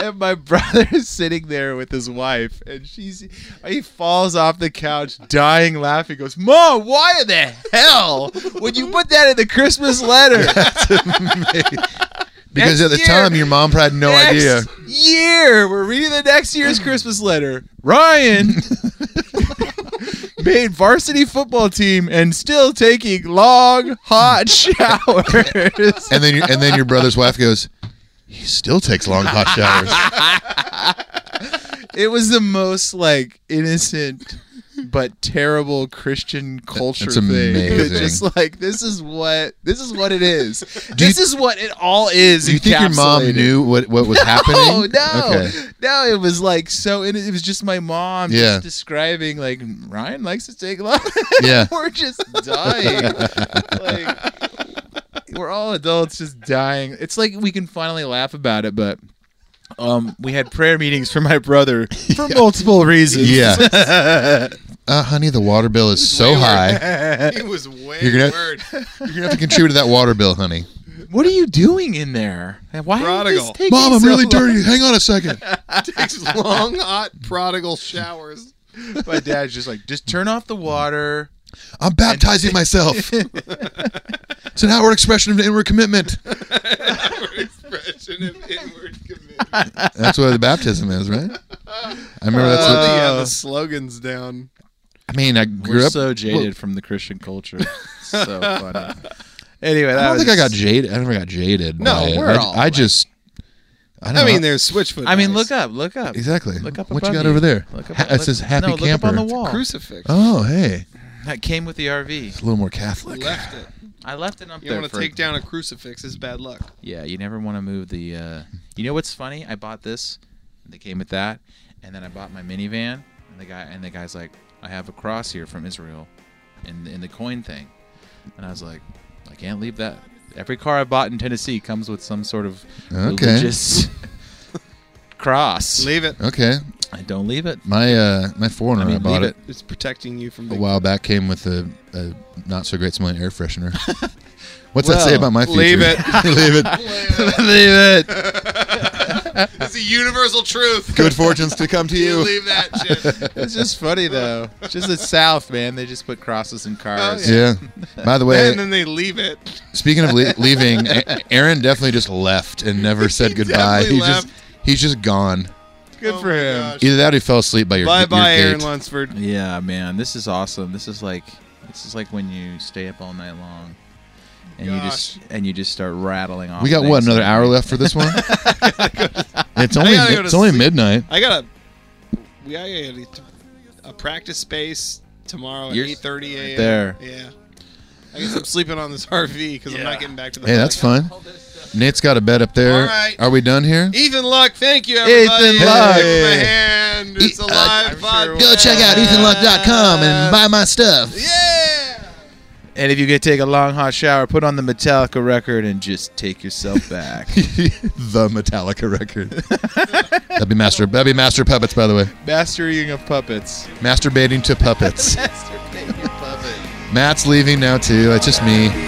and my brother's sitting there with his wife, and she's he falls off the couch, dying laughing. Goes, Mom, why in the hell would you put that in the *laughs* Christmas letter? Because at the Next year. time, your mom probably had no next idea. Year, we're reading the next year's Christmas letter. *laughs* Ryan made varsity football team and still taking long *laughs* hot showers. And then your, and then your brother's wife goes, he still takes long hot showers. it was the most like innocent but terrible Christian culture that's thing. amazing. It's just like this is what this is what it is. Do you- this is what it all is. Do you think your mom encapsulated. knew what, *laughs* what was happening? Oh no, Okay. no! It was like so. and It was just my mom Yeah. just describing like Ryan likes to take love. *laughs* Yeah. we're just dying. like we're all adults, just dying. It's like we can finally laugh about it, but. Um, we had prayer meetings for my *laughs* brother for multiple reasons. Yeah. *laughs* uh, honey, the water bill is so high. It was way You're gonna, you're gonna have to contribute to that water *laughs* bill, honey. What are you doing in there? And Why is Prodigal. this taking Mom, I'm so really long? dirty. Hang on a second. takes long, hot, prodigal showers. My dad's just like, just turn off the water. I'm *laughs* baptizing myself. It's an outward expression of *laughs* inward commitment. Expression of inward commitment. That's what the baptism is, right? I remember that's Well, what. they have Uh, the slogans down. I mean, I grew We're up. so jaded well, from the *laughs* Christian culture. *laughs* so funny. Anyway, that I don't was, think I got jaded. I never got jaded. No, by it. we're I, all I like- just. I, I don't mean, know. there's Switchfoot. I mean, guys. look up, look up, exactly. look up. what you above got over there? Look up. Ha- it look- says happy no, camper. Look up on the wall. Crucifix. Oh, hey. that came with the RV. a little more Catholic. Left it. I left it up You there. don't want to for- take down a crucifix. It's bad luck. Yeah, you never want to move the. Uh, you know what's funny? I bought this. And they came with that, and then I bought my minivan. And the guy and the guy's like, "I have a cross here from Israel, in in the coin thing," and I was like, "I can't leave that." Every car I bought in Tennessee comes with some sort of Okay. *laughs* religious cross. Leave it. Okay, I don't leave it. my uh, my foreigner I I, mean, bought leave it, it. It's protecting you from a the while back came with a, a not so great smelling *laughs* air freshener. What's that say Well, about my future? leave it. *laughs* leave it. *laughs* *laughs* leave it. It's a universal truth. *laughs* Good fortunes to come to You you. leave that shit. It's just funny though. Just the South, man. They just put crosses in cars. Yeah. By the way, and then they leave it. Speaking *laughs* of le- leaving, A- Aaron definitely just left and never said goodbye. definitely He's just left. he's just gone. Good for him. Either that or he fell asleep by your, Bye your bye, gate. Aaron *laughs* Lunsford. Yeah, man, this is awesome. This is like this is like when you stay up all night long, and you just and you just start rattling off. we got what things. another hour left for *laughs* this one. it's only gotta go to it's only sleep. midnight. I got a we got a, a practice space tomorrow at You're eight thirty a.m. there. Yeah. I guess I'm sleeping on this *laughs* RV because I'm not getting back to the. Hey, that's podcast. fun. Nate's got a bed up there. All right. Are we done here? Ethan Luck, thank you everybody. Ethan Give Luck. him a hand. It's a Uh, live podcast. Go check out ethanluck.com and buy my stuff. Yeah. And if you could take a long hot shower, put on the Metallica record and just take yourself back. *laughs* the Metallica record. that'd be master. That'd be master puppets, by the way. *laughs* Mastering of puppets. *laughs* Masturbating to puppets. Matt's leaving now too. It's just me.